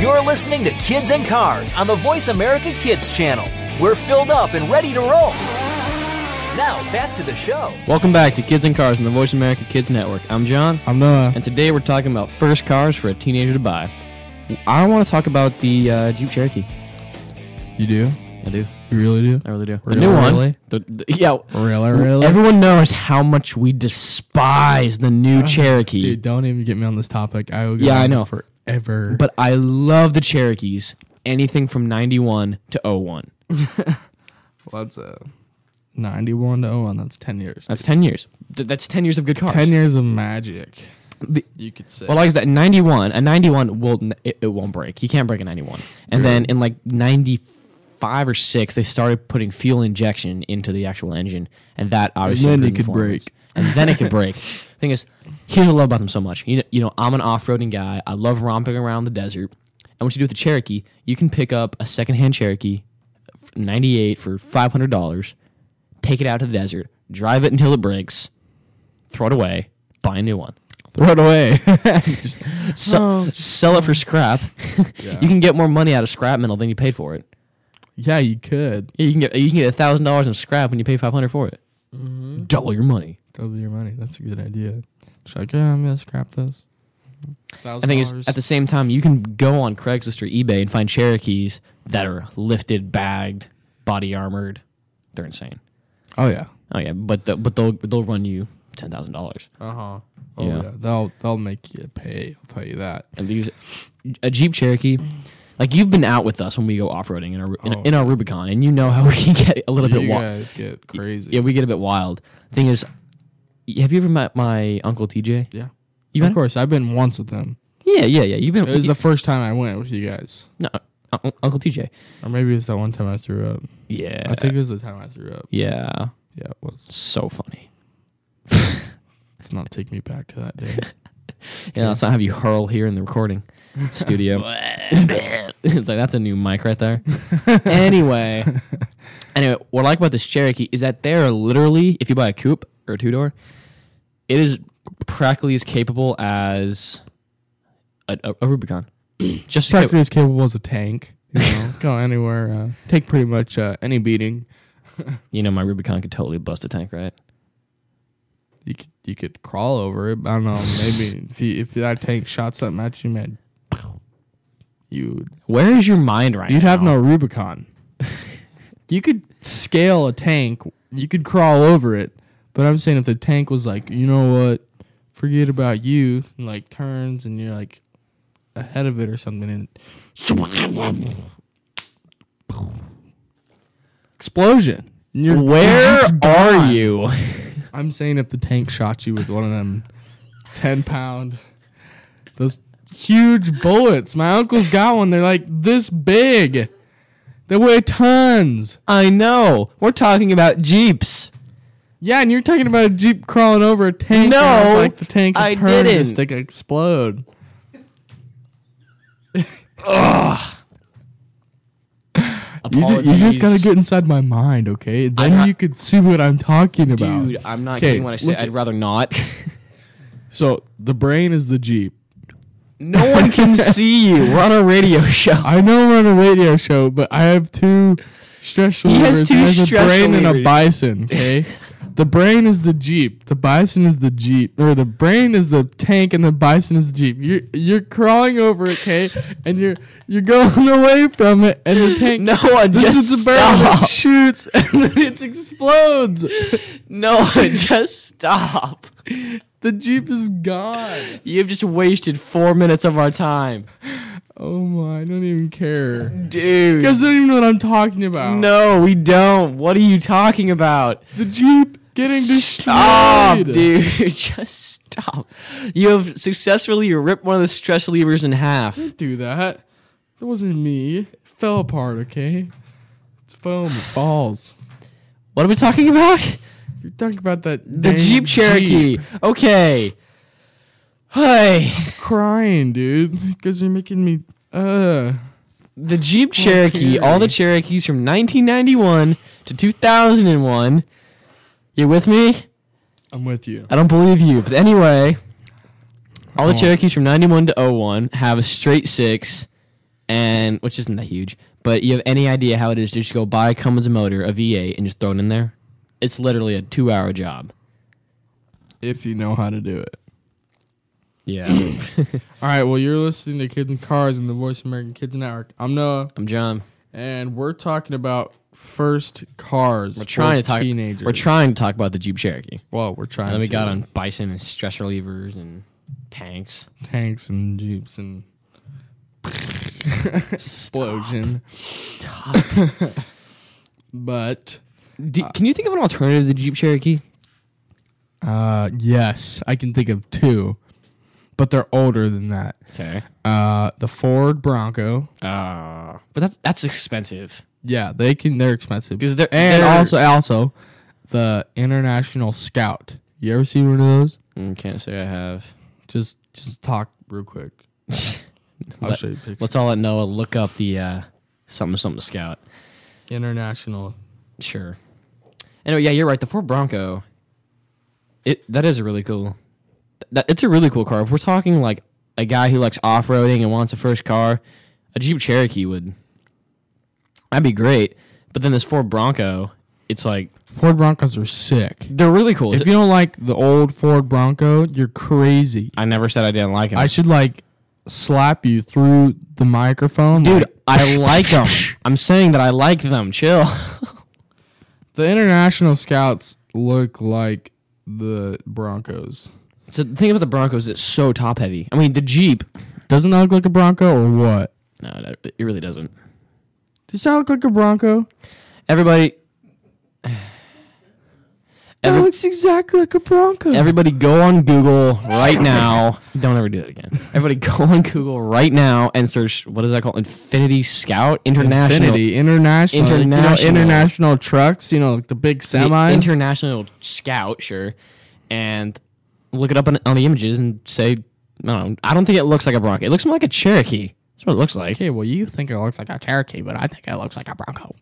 Speaker 1: You're listening to Kids and Cars on the Voice America Kids channel. We're filled up and ready to roll. Now, back to the show.
Speaker 3: Welcome back to Kids and Cars on the Voice America Kids Network. I'm John,
Speaker 2: I'm Noah.
Speaker 3: and today we're talking about first cars for a teenager to buy. I want to talk about the uh, Jeep Cherokee.
Speaker 2: You do?
Speaker 3: I do.
Speaker 2: You really do?
Speaker 3: I really do. The
Speaker 2: Really?
Speaker 3: new one.
Speaker 2: Really?
Speaker 3: The, the- yeah.
Speaker 2: Really, really?
Speaker 3: Everyone knows how much we despise the new Cherokee.
Speaker 2: Ah, Dude, don't even get me on this topic. I will go
Speaker 3: Yeah, I
Speaker 2: on
Speaker 3: know.
Speaker 2: forever.
Speaker 3: But I love the Cherokees. Anything from 91 to 01.
Speaker 2: that's a 91 to 01. That's 10 years.
Speaker 3: That's 10 years. Th- that's 10 years of good cars.
Speaker 2: 10 years of magic.
Speaker 3: The-
Speaker 2: You could say.
Speaker 3: Well, like I said, 91, a 91 will n- it, it won't break. You can't break a 91. And then in like 95 or 6, they started putting fuel injection into the actual engine, and that obviously
Speaker 2: then
Speaker 3: improved
Speaker 2: it could
Speaker 3: performance.
Speaker 2: break.
Speaker 3: And then it could break. Thing is, here's what I love about them so much. You know, you know, I'm an off-roading guy. I love romping around the desert. And what you do with the Cherokee, you can pick up a secondhand Cherokee, f- 98 for $500, take it out to the desert, drive it until it breaks, throw it away, buy a new one
Speaker 2: throw it away.
Speaker 3: se- sell it for scrap. you can get more money out of scrap metal than you paid for it.
Speaker 2: yeah, you could.
Speaker 3: You can get you can get thousand dollars in scrap when you pay five hundred for it. Double your money.
Speaker 2: Double your money. That's a good idea. Just like, yeah, I'm going to scrap this.
Speaker 3: I think it's, at the same time you can go on Craigslist or eBay and find Cherokees that are lifted, bagged, body armored. They're insane.
Speaker 2: oh, yeah.
Speaker 3: Oh yeah, but the, but they'll they'll run you ten thousand dollars.
Speaker 2: Uh huh. Oh,
Speaker 3: Uh-huh. Yeah.
Speaker 2: yeah. They'll, they'll make you pay. I'll tell you that.
Speaker 3: And these a Jeep Cherokee. Like you've been out with us when we go off roading in our in,
Speaker 2: Oh,
Speaker 3: in our Rubicon, and you know how we can get a little bit
Speaker 2: you
Speaker 3: wild.
Speaker 2: guys get crazy.
Speaker 3: Yeah, we get a bit wild. Thing is, y- have you ever met my uncle TJ?
Speaker 2: yeah.
Speaker 3: You
Speaker 2: Of
Speaker 3: met-
Speaker 2: course, I've been once with them.
Speaker 3: Yeah, yeah, yeah. You've been.
Speaker 2: It was the first time I went with you guys.
Speaker 3: no, uh, Un- Uncle TJ.
Speaker 2: Or maybe it's that one time I threw up.
Speaker 3: Yeah,
Speaker 2: I think it was the time I threw up.
Speaker 3: yeah.
Speaker 2: Yeah, it was.
Speaker 3: So funny.
Speaker 2: Let's not take me back to that day.
Speaker 3: Yeah, let's not have you hurl here in the recording studio. it's like that's a new mic right there. anyway, anyway, what I like about this Cherokee is that they are literally, if you buy a coupe or a two door, it is practically as capable as a, a, a Rubicon. Just as
Speaker 2: Tractor is capable as a tank. You know, go anywhere. Uh, take pretty much uh, any beating.
Speaker 3: You know, my Rubicon could totally bust a tank, right?
Speaker 2: You could you could crawl over it. I don't know. Maybe if you, if that tank shot something at you, man, you
Speaker 3: Where is your mind right
Speaker 2: you'd
Speaker 3: now?
Speaker 2: have no Rubicon. you could scale a tank. You could crawl over it. But I'm saying if the tank was like, you know what, forget about you, and like turns and you're like ahead of it or something, and explosion. And you're-
Speaker 3: Where
Speaker 2: it's
Speaker 3: are
Speaker 2: gone.
Speaker 3: you?
Speaker 2: I'm saying if the tank shot you with one of them 10 pound, those huge bullets. My uncle's got one. They're like this big. They weigh tons.
Speaker 3: I know. We're talking about Jeeps.
Speaker 2: Yeah, and you're talking about a Jeep crawling over a tank. and it's
Speaker 3: No,
Speaker 2: like the tank
Speaker 3: I
Speaker 2: turned,
Speaker 3: didn't.
Speaker 2: Just, like, explode. You, ju- you just gotta get inside my mind, okay? Then
Speaker 3: not-
Speaker 2: you could see what I'm talking about.
Speaker 3: Dude, I'm not
Speaker 2: Okay,
Speaker 3: kidding when I say
Speaker 2: look
Speaker 3: I'd
Speaker 2: at-
Speaker 3: rather not.
Speaker 2: So the brain is the Jeep.
Speaker 3: No one can see you. We're on a radio show.
Speaker 2: I know we're on a radio show, but I have two stress relievers.
Speaker 3: He has two
Speaker 2: There's
Speaker 3: stress
Speaker 2: a brain and a
Speaker 3: relievers.
Speaker 2: bison. Okay, the brain is the jeep. The bison is the jeep, or the brain is the tank, and the bison is the jeep. You're you're crawling over it, okay, and you're you're going away from it, and the tank.
Speaker 3: No one
Speaker 2: this
Speaker 3: just
Speaker 2: is the bird that
Speaker 3: stop.
Speaker 2: shoots, and then it explodes.
Speaker 3: No, just stop.
Speaker 2: The jeep is gone.
Speaker 3: You've just wasted four minutes of our time,
Speaker 2: Oh my! I don't even care. You
Speaker 3: dude.
Speaker 2: guys don't even know what I'm talking about.
Speaker 3: No, we don't. What are you talking about?
Speaker 2: the jeep getting
Speaker 3: Stop,
Speaker 2: destroyed.
Speaker 3: dude. Just stop. You have successfully ripped one of the stress levers in half.
Speaker 2: do that. That wasn't me. It fell apart, okay? It's foam. It falls.
Speaker 3: What are we talking about?
Speaker 2: You're talking about that
Speaker 3: The
Speaker 2: dang
Speaker 3: Jeep Cherokee.
Speaker 2: Jeep.
Speaker 3: Okay. Hey,
Speaker 2: Crying, dude. Because you're making me. Uh.
Speaker 3: the Jeep Cherokee. All the Cherokees from 1991 to 2001. You with me?
Speaker 2: I'm with you.
Speaker 3: I don't believe you. But anyway, all the
Speaker 2: Oh.
Speaker 3: Cherokees from 91 to 01 have a straight six, and which isn't that huge. But you have any idea how it is to just go buy a Cummins motor, a V8, and just throw it in there? It's literally a two-hour job.
Speaker 2: If you know how to do it.
Speaker 3: Yeah,
Speaker 2: All right, well, you're listening to Kids and Cars and the Voice of American Kids Network. I'm Noah,
Speaker 3: I'm John.
Speaker 2: and we're talking about first cars.
Speaker 3: We're trying to talk.
Speaker 2: Teenagers.
Speaker 3: We're trying to talk about the Jeep Cherokee.
Speaker 2: Well, we're trying.
Speaker 3: And then we
Speaker 2: to.
Speaker 3: got on bison and stress relievers and tanks.
Speaker 2: tanks and jeeps and explosion. but
Speaker 3: Do, can you think of an alternative to the Jeep Cherokee?
Speaker 2: uh, yes, I can think of two, but they're older than that.
Speaker 3: Okay.
Speaker 2: Uh, the Ford Bronco.
Speaker 3: Uh, but that's that's expensive.
Speaker 2: Yeah, they can. They're expensive
Speaker 3: 'Cause they're-
Speaker 2: and
Speaker 3: they're-
Speaker 2: also also the International Scout. You ever see one of those?
Speaker 3: Mm, can't say I have.
Speaker 2: Just just talk real quick. I'll show you a picture.
Speaker 3: Let's all let Noah look up the uh, something something scout.
Speaker 2: International.
Speaker 3: Sure. Anyway, yeah, you're right. The Ford Bronco. It that is a really cool. That it's a really cool car. If we're talking like a guy who likes off roading and wants a first car, a Jeep Cherokee would. That'd be great. But then this Ford Bronco, it's like
Speaker 2: Ford Broncos are sick.
Speaker 3: they're really cool.
Speaker 2: If you don't like the old Ford Bronco, you're crazy.
Speaker 3: I never said I didn't like them.
Speaker 2: I should like slap you through the microphone,
Speaker 3: Dude,
Speaker 2: like-
Speaker 3: I like them. I'm saying that I like them. Chill.
Speaker 2: the international scouts look like the Broncos.
Speaker 3: So the thing about the Broncos, it's so top heavy. I mean, the Jeep.
Speaker 2: Doesn't that look like a Bronco or what?
Speaker 3: No, that- it really doesn't.
Speaker 2: Does that look like a Bronco?
Speaker 3: Everybody,
Speaker 2: That
Speaker 3: Every-
Speaker 2: looks exactly like a Bronco.
Speaker 3: everybody, go on Google right now. Don't ever do that again. Everybody, go on Google right now and search what is that called? Infinity Scout International.
Speaker 2: Infinity, international, like,
Speaker 3: International.
Speaker 2: you know, international trucks, you know, like the big
Speaker 3: the
Speaker 2: semis.
Speaker 3: International Scout, sure. And look it up on, on the images and say, no, I don't think it looks like a Bronco. It looks more like a Cherokee. That's what it looks like.
Speaker 2: okay, well, you think it looks like a Cherokee, but I think it looks like a Bronco.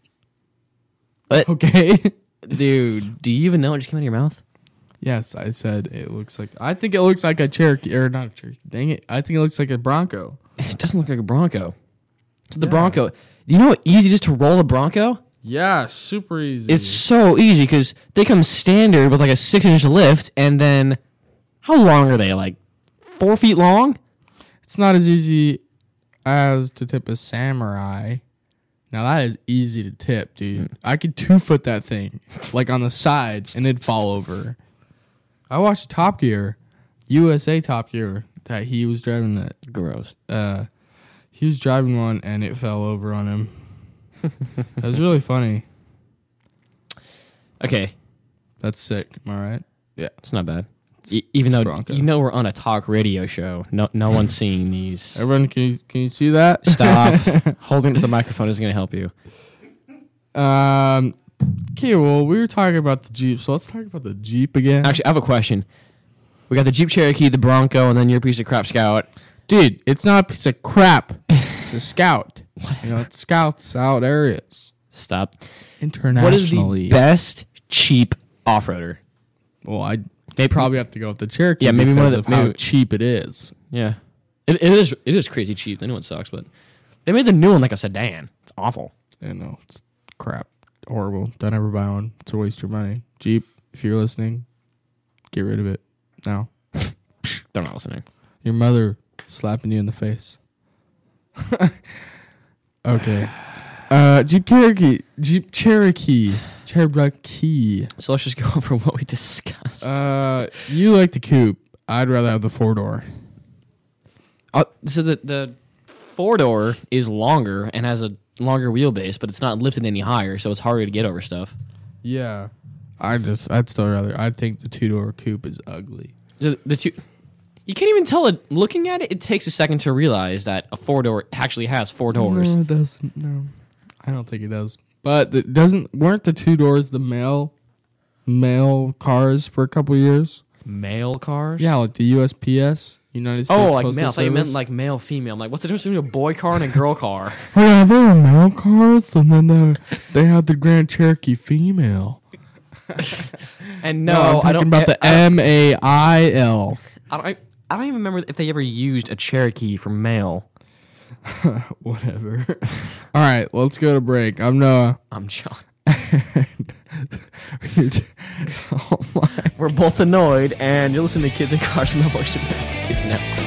Speaker 3: But
Speaker 2: Okay.
Speaker 3: dude, do you even know what just came out of your mouth?
Speaker 2: Yes, I said it looks like. I think it looks like a Cherokee or not a Cherokee. Dang it! I think it looks like a Bronco.
Speaker 3: It doesn't look like a Bronco. So the Bronco, you know how easy it is to roll a Bronco?
Speaker 2: Yeah, super easy.
Speaker 3: It's so easy because they come standard with like a six inch lift, and then how long are they? Like four feet long?
Speaker 2: it's not as easy as to tip a samurai. Now that is easy to tip, dude. I could two foot that thing like on the side and it'd fall over. I watched Top Gear, USA Top Gear, that he was driving that.
Speaker 3: Gross.
Speaker 2: Uh, he was driving one and it fell over on him. that was really funny.
Speaker 3: Okay,
Speaker 2: That's sick. Am I right? Yeah.
Speaker 3: it's not bad. E- even though
Speaker 2: Bronco.
Speaker 3: you know we're on a talk radio show, no no one's seeing these.
Speaker 2: Everyone, can you, can you see that?
Speaker 3: Stop holding it to the microphone is going to help you.
Speaker 2: Um, okay, well, we were talking about the Jeep, so let's talk about the Jeep again.
Speaker 3: Actually, I have a question. We got the Jeep Cherokee, the Bronco, and then your piece of crap Scout.
Speaker 2: dude, it's not a piece of crap. It's a scout. You know, it scouts out areas
Speaker 3: Stop. What is
Speaker 2: internationally.
Speaker 3: the best cheap off roader?
Speaker 2: well, I they probably have to go with the Cherokee.
Speaker 3: Yeah, maybe one
Speaker 2: because
Speaker 3: of the-
Speaker 2: how
Speaker 3: maybe-
Speaker 2: cheap it is.
Speaker 3: Yeah. It, it is it is crazy cheap. The new one sucks, but they made the new one like a sedan. It's awful.
Speaker 2: I know it's crap, horrible. Don't ever buy one. It's a waste of your money. Jeep, if you're listening, get rid of it now.
Speaker 3: They're not listening.
Speaker 2: Your mother slapping you in the face. okay. Uh, Jeep Cherokee. Jeep Cherokee. Cherokee.
Speaker 3: So let's just go over what we discussed.
Speaker 2: Uh, you like the coupe. I'd rather have the four door.
Speaker 3: Uh, so the the four door is longer and has a longer wheelbase, but it's not lifted any higher, so it's harder to get over stuff.
Speaker 2: Yeah. I just, I'd still rather. I think the two door coupe is ugly.
Speaker 3: The, the two, you can't even tell it. Looking at it, it takes a second to realize that a four door actually has four doors.
Speaker 2: No, it doesn't. No, I don't think it does. But the, doesn't weren't the two doors the male male cars for a couple years?
Speaker 3: Male cars.
Speaker 2: Yeah, like the USPS, United States.
Speaker 3: Oh, like
Speaker 2: Postal
Speaker 3: male. I thought you meant
Speaker 2: Service.
Speaker 3: like male, female. I'm like, what's the difference between a boy car and a girl car?
Speaker 2: Oh, yeah, they were male cars, and then the, they had the Grand Cherokee female.
Speaker 3: And no,
Speaker 2: I'm
Speaker 3: I
Speaker 2: talking
Speaker 3: don't
Speaker 2: about
Speaker 3: I-
Speaker 2: the M A I L.
Speaker 3: I don't. I, I don't even remember if they ever used a Cherokee for male.
Speaker 2: Whatever. All right, let's go to break. I'm uh, Noah.
Speaker 3: I'm John.
Speaker 2: You're t- oh my.
Speaker 3: We're both annoyed, and you're listening to Kids and Cars and the Voice of Kids Network.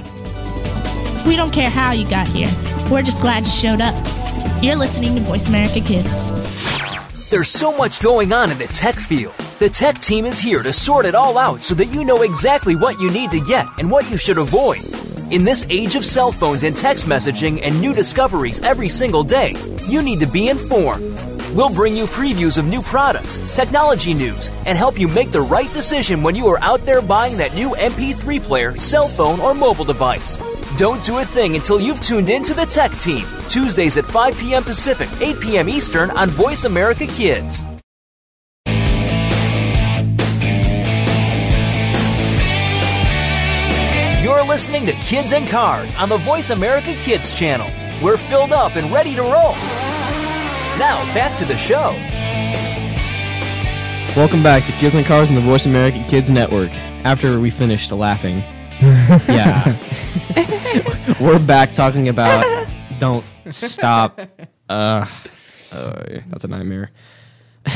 Speaker 7: We don't care how you got here. We're just glad you showed up. You're listening to Voice America Kids.
Speaker 1: There's so much going on in the tech field. The tech team is here to sort it all out so that you know exactly what you need to get and what you should avoid. In this age of cell phones and text messaging and new discoveries every single day, you need to be informed. We'll bring you previews of new products, technology news, and help you make the right decision when you are out there buying that new MP3 player, cell phone, or mobile device. Don't do a thing until you've tuned in to the Tech Team, Tuesdays at 5 p.m. Pacific, 8 p.m. Eastern on Voice America Kids. You're listening to Kids and Cars on the Voice America Kids channel. We're filled up and ready to roll. Now, back to the show.
Speaker 3: Welcome back to Kids and Cars and the Voice America Kids Network. After we finished laughing, yeah, we're back talking about don't stop. Uh, uh, that's a nightmare.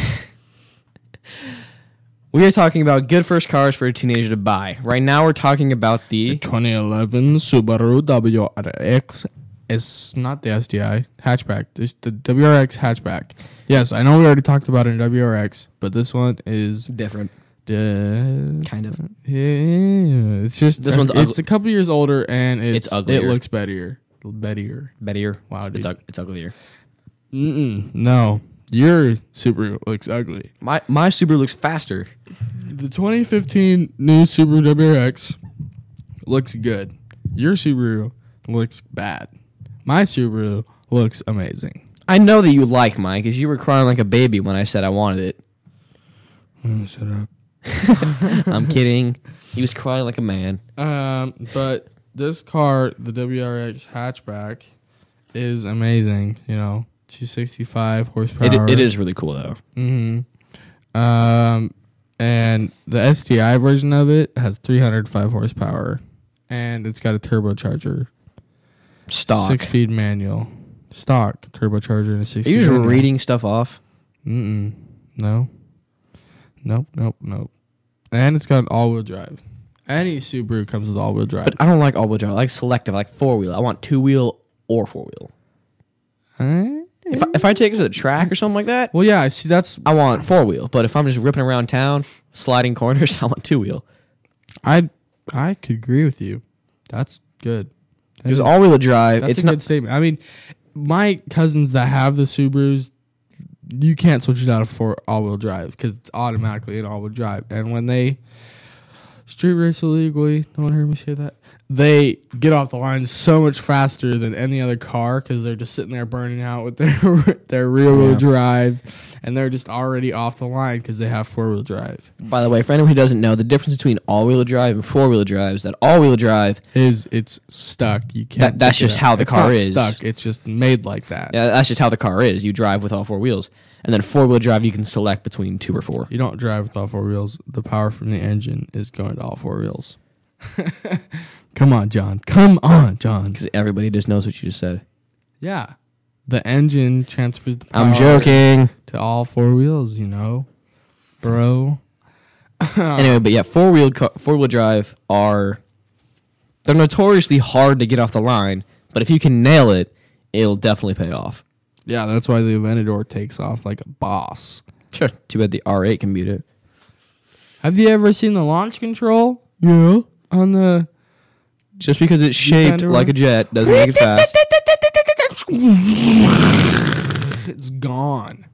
Speaker 3: we are talking about good first cars for a teenager to buy. Right now, we're talking about the
Speaker 2: 2011 Subaru WRX. It's not the SDI hatchback. It's the WRX hatchback. Yes, I know we already talked about it in WRX, but this one is
Speaker 3: different
Speaker 2: di-
Speaker 3: kind of.
Speaker 2: Yeah, it's just
Speaker 3: This one's
Speaker 2: It's
Speaker 3: ugly-
Speaker 2: a couple years older and it's,
Speaker 3: It's uglier.
Speaker 2: It looks better. Better.
Speaker 3: Bettier.
Speaker 2: Wow,
Speaker 3: it's,
Speaker 2: dude.
Speaker 3: it's, ug- it's uglier.
Speaker 2: Mm-mm, no, your Subaru looks ugly.
Speaker 3: My my Subaru looks faster.
Speaker 2: The 2015 new Subaru WRX looks good. Your Subaru looks bad. My Subaru looks amazing.
Speaker 3: I know that you like mine because you were crying like a baby when I said I wanted it.
Speaker 2: Oh, shut up.
Speaker 3: I'm kidding. He was crying like a man.
Speaker 2: Um, but this car, the WRX hatchback, is amazing. You know, 265 horsepower.
Speaker 3: It, it is really cool though.
Speaker 2: Um, and the STI version of it has 305 horsepower, and it's got a turbocharger,
Speaker 3: Stock.
Speaker 2: six-speed manual, stock turbocharger, and a
Speaker 3: Are
Speaker 2: six-speed.
Speaker 3: you just
Speaker 2: manual.
Speaker 3: reading stuff off?
Speaker 2: Mm-mm. No. Nope. Nope. Nope. And it's got all-wheel drive. Any Subaru comes with all-wheel drive.
Speaker 3: But I don't like all wheel drive. I like selective. I like four wheel. I want two wheel or four wheel.
Speaker 2: Eh?
Speaker 3: If I, if I take it to the track or something like that,
Speaker 2: Well, yeah. I see. That's
Speaker 3: I want four wheel. But if I'm just ripping around town, sliding corners, I want two wheel.
Speaker 2: I. I could agree with you. That's good.
Speaker 3: Because all wheel drive,
Speaker 2: That's
Speaker 3: it's
Speaker 2: a
Speaker 3: not.
Speaker 2: good statement. I mean, my cousins that have the Subarus, you can't switch it out of four all-wheel drive because it's automatically an all-wheel drive. And when they street race illegally, no one heard me say that. They get off the line so much faster than any other car because they're just sitting there burning out with their their rear-wheel drive, and they're just already off the line because they have four-wheel drive.
Speaker 3: By the way, for anyone who doesn't know, the difference between all-wheel drive and four-wheel drive is that all-wheel drive,
Speaker 2: Is it's stuck? You can't.
Speaker 3: That- that's
Speaker 2: pick it
Speaker 3: just
Speaker 2: up.
Speaker 3: how the
Speaker 2: It's
Speaker 3: car
Speaker 2: not
Speaker 3: is.
Speaker 2: Stuck. It's just made like that.
Speaker 3: yeah, that's just how the car is. You drive with all four wheels, and then four-wheel drive you can select between two or four.
Speaker 2: You don't drive with all four wheels. The power from the engine is going to all four wheels. Come on, John. Come on, John.
Speaker 3: Because everybody just knows what you just said.
Speaker 2: Yeah. The engine transfers the power
Speaker 3: I'm joking.
Speaker 2: to all four wheels, you know. Bro.
Speaker 3: Anyway, but yeah, four wheel four wheel drive are they're notoriously hard to get off the line, but if you can nail it, it'll definitely pay off.
Speaker 2: Yeah, that's why the Aventador takes off like a boss.
Speaker 3: Sure. Too bad the R8 can beat it.
Speaker 2: Have you ever seen the launch control
Speaker 3: Yeah.
Speaker 2: on the
Speaker 3: Just because it's shaped
Speaker 2: kinda
Speaker 3: like a
Speaker 2: right.
Speaker 3: jet doesn't make it fast.
Speaker 2: it's gone.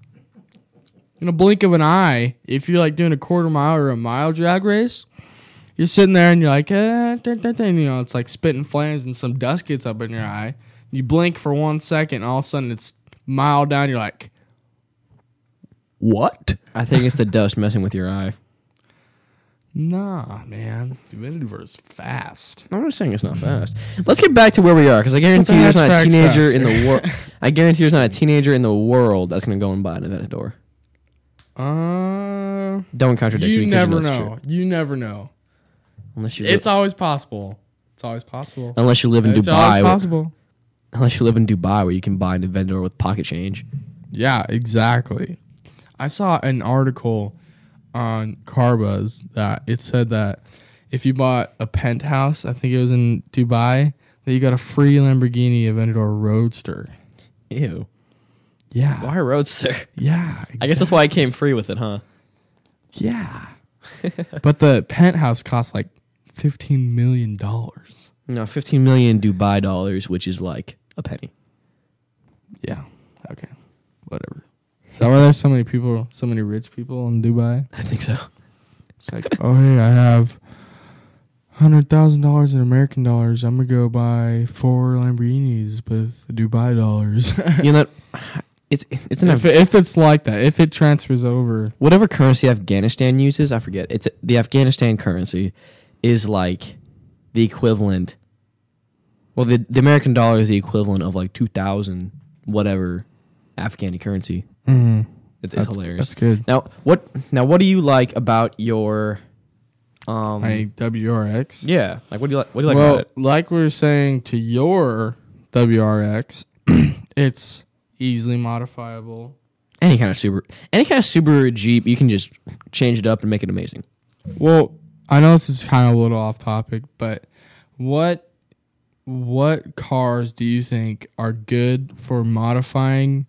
Speaker 2: In a blink of an eye, if you're like doing a quarter mile or a mile drag race, you're sitting there and you're like, eh, dun, dun, dun, you know, it's like spitting flames and some dust gets up in your eye. You blink for one second, and all of a sudden it's mile down. You're like, what?
Speaker 3: I think it's the dust messing with your eye.
Speaker 2: Nah, man. The Miniverse is fast.
Speaker 3: I'm not saying it's not fast. Let's get back to where we are, because I guarantee
Speaker 2: What the
Speaker 3: there's not a
Speaker 2: hatchback's
Speaker 3: teenager in the world. I guarantee there's not a teenager in the world that's gonna go and buy an Aventador.
Speaker 2: Uh,
Speaker 3: Don't contradict
Speaker 2: you
Speaker 3: me, 'cause
Speaker 2: never
Speaker 3: it's
Speaker 2: know.
Speaker 3: true.
Speaker 2: You never know.
Speaker 3: Unless you,
Speaker 2: It's
Speaker 3: li-
Speaker 2: always possible. It's always possible.
Speaker 3: unless you live in
Speaker 2: It's
Speaker 3: Dubai,
Speaker 2: always
Speaker 3: where-
Speaker 2: possible.
Speaker 3: unless you live in Dubai where you can buy an Aventador with pocket change.
Speaker 2: Yeah, exactly. I saw an article on Carbuzz that it said that if you bought a penthouse, I think it was in Dubai, that you got a free Lamborghini Aventador Roadster.
Speaker 3: Ew.
Speaker 2: Yeah.
Speaker 3: Why Roadster?
Speaker 2: Yeah.
Speaker 3: I guess that's why I came free with it, huh?
Speaker 2: Yeah. but the penthouse costs like $15 million.
Speaker 3: No, 15 million Dubai dollars, which is like a penny.
Speaker 2: Yeah. Okay. Whatever. Is that why there's so many people, so many rich people in Dubai?
Speaker 3: I think so.
Speaker 2: It's like, oh hey, I have hundred thousand dollars in American dollars. I'm gonna go buy four Lamborghinis with Dubai dollars.
Speaker 3: you know, it's it's an
Speaker 2: if, it- if it's like that, if it transfers over,
Speaker 3: whatever currency Afghanistan uses, I forget. It's the Afghanistan currency is like the equivalent. Well, the the American dollar is the equivalent of like two thousand whatever Afghani currency. Mm-hmm. It's, it's hilarious.
Speaker 2: that's good.
Speaker 3: Now what? Now what do you like about your? Um.
Speaker 2: like WRX.
Speaker 3: yeah. Like what do you like? What do you like
Speaker 2: well,
Speaker 3: about it?
Speaker 2: like we were saying to your WRX, it's easily modifiable.
Speaker 3: Any kind of super, any kind of Subaru Jeep, you can just change it up and make it amazing.
Speaker 2: Well, I know this is kind of a little off topic, but what what cars do you think are good for modifying?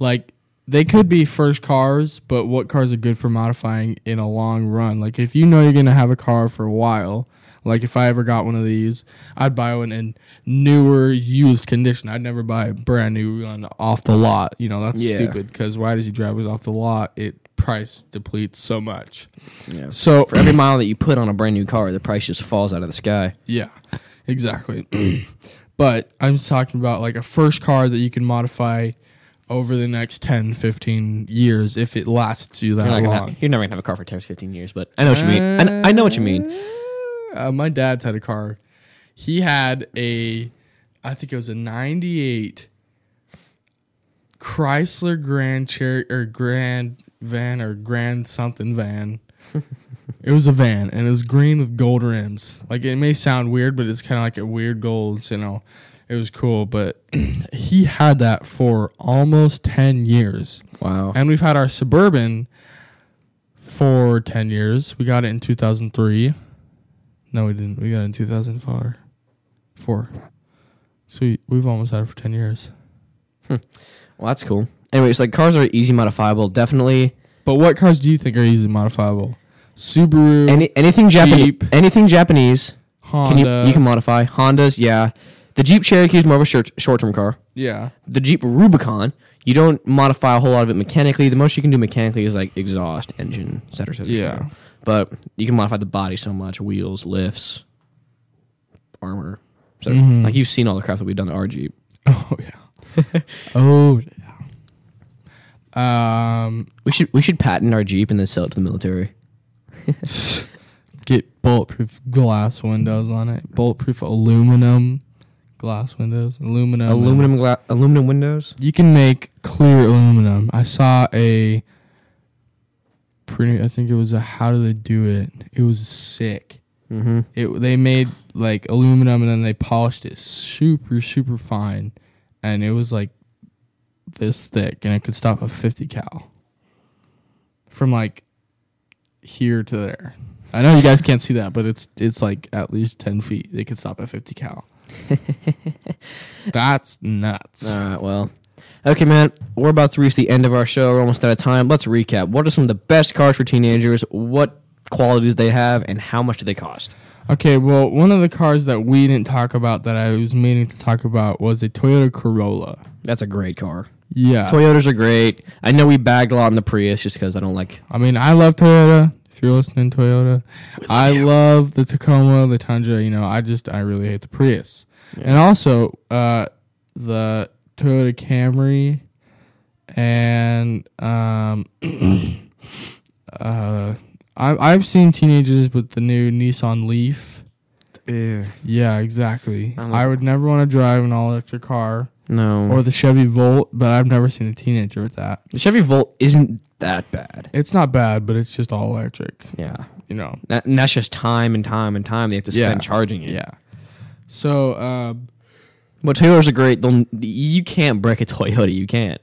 Speaker 2: Like they could be first cars, but what cars are good for modifying in a long run? Like if you know you're going to have a car for a while, like if I ever got one of these, I'd buy one in newer used condition. I'd never buy a brand new one off the lot. You know, that's
Speaker 3: Yeah.
Speaker 2: stupid cuz why does you drive it off the lot? It price depletes so much.
Speaker 3: Yeah.
Speaker 2: So
Speaker 3: For every mile that you put on a brand new car, the price just falls out of the sky.
Speaker 2: Yeah, exactly. but I'm just talking about like a first car that you can modify over the next 10, 15 years if it lasts you that
Speaker 3: You're, not gonna
Speaker 2: long.
Speaker 3: have, you're never gonna have a car for 10 15 years, but I know what you mean. I, kn- I know what you mean.
Speaker 2: Uh, my dad's had a car. He had a, I think it was a 98 Chrysler Grand Cherokee or Grand van or Grand something van. it was a van and it was green with gold rims. Like it may sound weird, but it's kind of like a weird gold, you know. It was cool, but he had that for almost 10 years.
Speaker 3: Wow.
Speaker 2: And we've had our Suburban for 10 years. We got it in 2003. No, we didn't. We got it in 2004. Four. So we, we've almost had it for 10 years.
Speaker 3: Well, that's cool. Anyways, like cars are easy modifiable. Definitely
Speaker 2: But what cars do you think are easily modifiable? Subaru,
Speaker 3: any anything Japanese.
Speaker 2: Jeep.
Speaker 3: Anything Japanese. Can
Speaker 2: Honda.
Speaker 3: you you can modify Hondas? Yeah. The Jeep Cherokee is more of a short term car.
Speaker 2: yeah.
Speaker 3: The Jeep Rubicon You don't modify a whole lot of it mechanically. The most you can do mechanically is like exhaust, engine, et cetera, et cetera. et
Speaker 2: Yeah.
Speaker 3: cetera. But you can modify the body so much: wheels, lifts, armor. So like you've seen all the crap that we've done to our Jeep.
Speaker 2: Oh yeah. oh yeah. Um,
Speaker 3: We should we should patent our Jeep and then sell it to the military.
Speaker 2: get bulletproof glass windows on it. Bulletproof aluminum glass windows. Aluminum.
Speaker 3: Aluminum gla- aluminum windows.
Speaker 2: You can make clear aluminum. I saw a pretty. I think it was a. How do they do it? It was sick. Mm-hmm. It they made like aluminum and then they polished it super super fine, and it was like this thick and it could stop a fifty cal. From like here to there. I know you guys can't see that, but it's it's like at least ten feet. It could stop at fifty cal. That's nuts.
Speaker 3: All right, well. Okay, man, we're about to reach the end of our show. We're almost out of time. Let's recap. What are some of the best cars for teenagers? What qualities they have, and how much do they cost?
Speaker 2: Okay, well, one of the cars that we didn't talk about that I was meaning to talk about was a Toyota Corolla.
Speaker 3: That's a great car.
Speaker 2: Yeah.
Speaker 3: Toyotas are great. I know we bagged a lot on the Prius just because I don't like.
Speaker 2: I mean, I love Toyota. If you're listening, Toyota, I love the Tacoma, the Tundra. You know, I just I really hate the Prius, and also uh, the Toyota Camry, and um, uh, I, I've seen teenagers with the new Nissan Leaf. Yeah, exactly.
Speaker 3: I'm
Speaker 2: I would never want to drive an all electric car
Speaker 3: No.
Speaker 2: or the Chevy Volt, but I've never seen a teenager with that.
Speaker 3: the Chevy Volt isn't that bad.
Speaker 2: It's not bad, but it's just all electric.
Speaker 3: Yeah.
Speaker 2: You know.
Speaker 3: That, and that's just time and time and time they have to
Speaker 2: Yeah.
Speaker 3: spend charging it.
Speaker 2: Yeah. So, um,
Speaker 3: But Toyotas are great. They'll, you can't break a Toyota. You can't.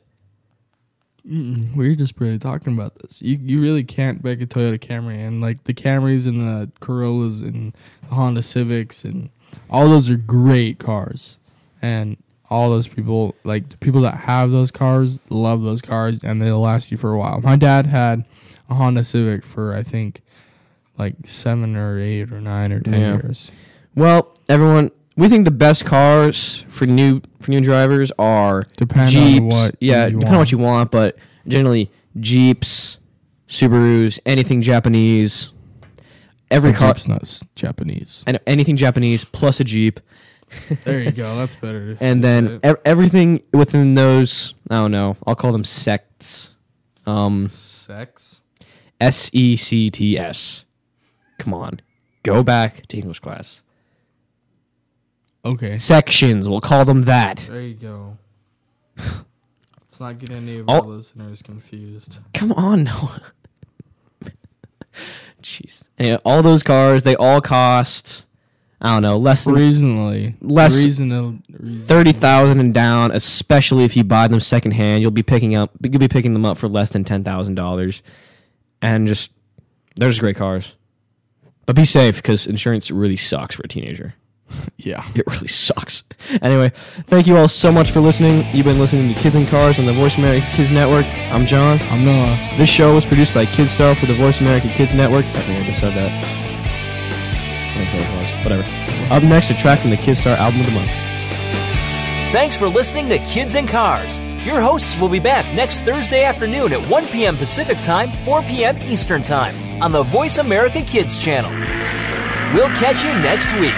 Speaker 2: we were just really talking about this. You you really can't make a Toyota Camry, and like the Camrys and the Corollas and the Honda Civics and all those are great cars, and all those people like the people that have those cars love those cars, and they'll last you for a while. My dad had a Honda Civic for I think like seven or eight or nine or ten
Speaker 3: Yeah.
Speaker 2: years.
Speaker 3: Well, everyone, we think the best cars for new for new drivers are
Speaker 2: Depend on
Speaker 3: Jeeps.
Speaker 2: what
Speaker 3: yeah,
Speaker 2: you
Speaker 3: depend
Speaker 2: want.
Speaker 3: on what you want, but generally Jeeps, Subarus, anything Japanese, every car,
Speaker 2: Jeep's nuts, Japanese.
Speaker 3: and anything Japanese plus a Jeep,
Speaker 2: There you go. That's better.
Speaker 3: and then ev- everything within those. I don't know. I'll call them sects. Um,
Speaker 2: sex.
Speaker 3: S E C T S. Come on, go back to English class.
Speaker 2: Okay.
Speaker 3: Sections. We'll call them that.
Speaker 2: There you go. Let's not get any of
Speaker 3: Oh.
Speaker 2: our listeners confused.
Speaker 3: Come on, Noah. Jeez. Anyway, all those cars, they all cost, I don't know, less than
Speaker 2: Reasonably,
Speaker 3: Less-
Speaker 2: reasonable. Reason,
Speaker 3: thirty thousand and down. Especially if you buy them secondhand, you'll be picking up, you'll be picking them up for less than ten thousand dollars, and just they're just great cars. But be safe because insurance really sucks for a teenager.
Speaker 2: yeah.
Speaker 3: It really sucks. Anyway, thank you all so much for listening. You've been listening to Kids and Cars on the Voice America Kids Network. I'm John.
Speaker 2: I'm Noah.
Speaker 3: This show was produced by Kidstar for the Voice America Kids Network. I think I just said that. I think that's what it was. Whatever. Up next, a track from the Kidstar album of the month.
Speaker 1: Thanks for listening to Kids in Cars. Your hosts will be back next Thursday afternoon at 1 p.m. Pacific Time, 4 p.m. Eastern Time on the Voice America Kids channel. We'll catch you next week.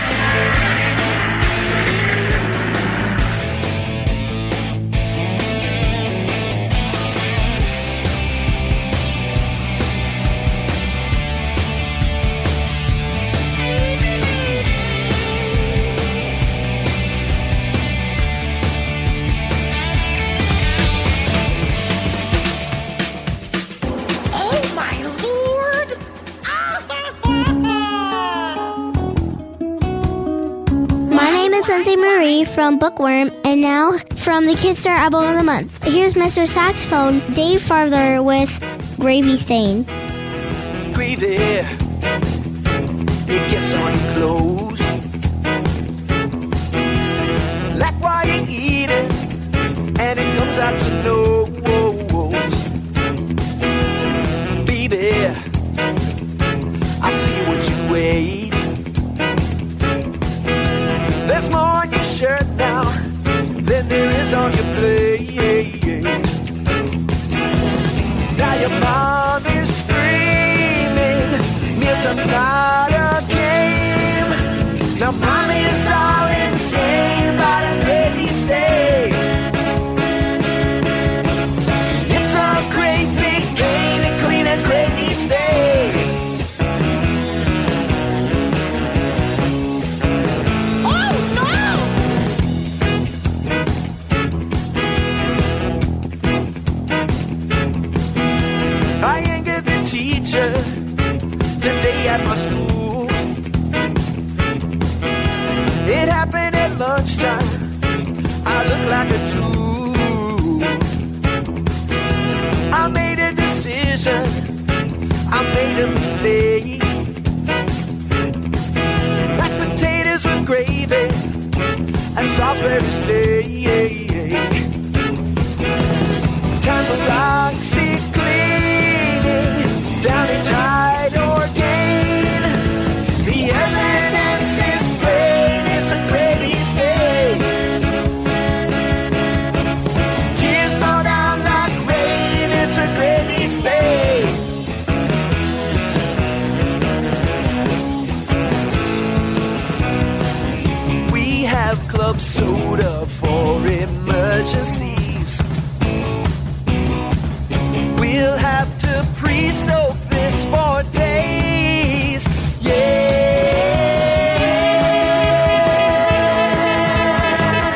Speaker 8: Oh my lord!
Speaker 9: My name is Lindsay Marie from Bookworm, and now from the Kidstar album of the month. Here's Mr. Saxophone, Dave Farther with Gravy Stain.
Speaker 6: Gravy, it gets on clothes. Like while you eat it, and it comes out your nose. Baby, I see what you weigh. There's more on your shirt now than there is on your plate.
Speaker 8: your mom is screaming. Midterm's not a game. Now mommy is all insane about a baby stay. It's a great big pain to clean a gravy stain. Oh no! I angered the teacher today at my school. It happened at lunchtime. I look like a tool. I made a decision. I made a mistake. Mashed potatoes with gravy and Salisbury steak. Time for Roxy cleaning down in tide or gain. The evidence is plain, it's a gravy stain. Tears fall down like rain, it's a gravy stain. We have club soda for emergencies. We'll have to pre-soak this for days. Yeah.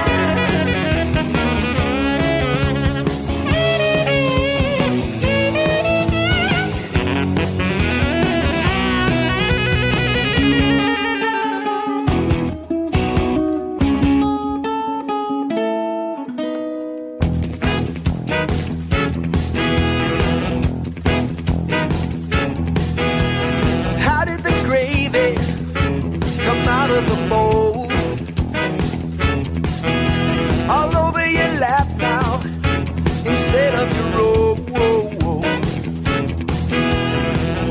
Speaker 8: How did the gravy come out of the bowl? All over your lap now, instead of your robe.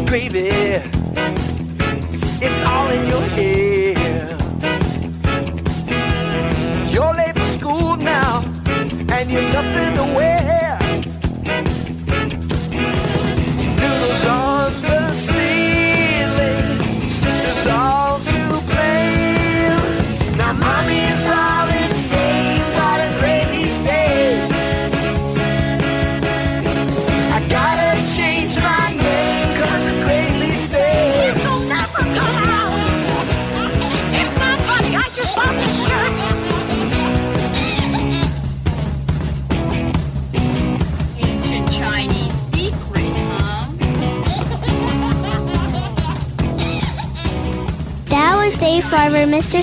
Speaker 8: Gravy, it's all in your head. You're late for school now, and you're nothing to wear noodles on the ceiling. Sisters all to blame. Now mommy is all insane by the gravy stain. I gotta change my name 'cause the gravy stain. This'll never come out. It's not funny. I just bought this shirt.
Speaker 10: Ancient Chinese secret, huh?
Speaker 9: That was Dave Farber, Mr.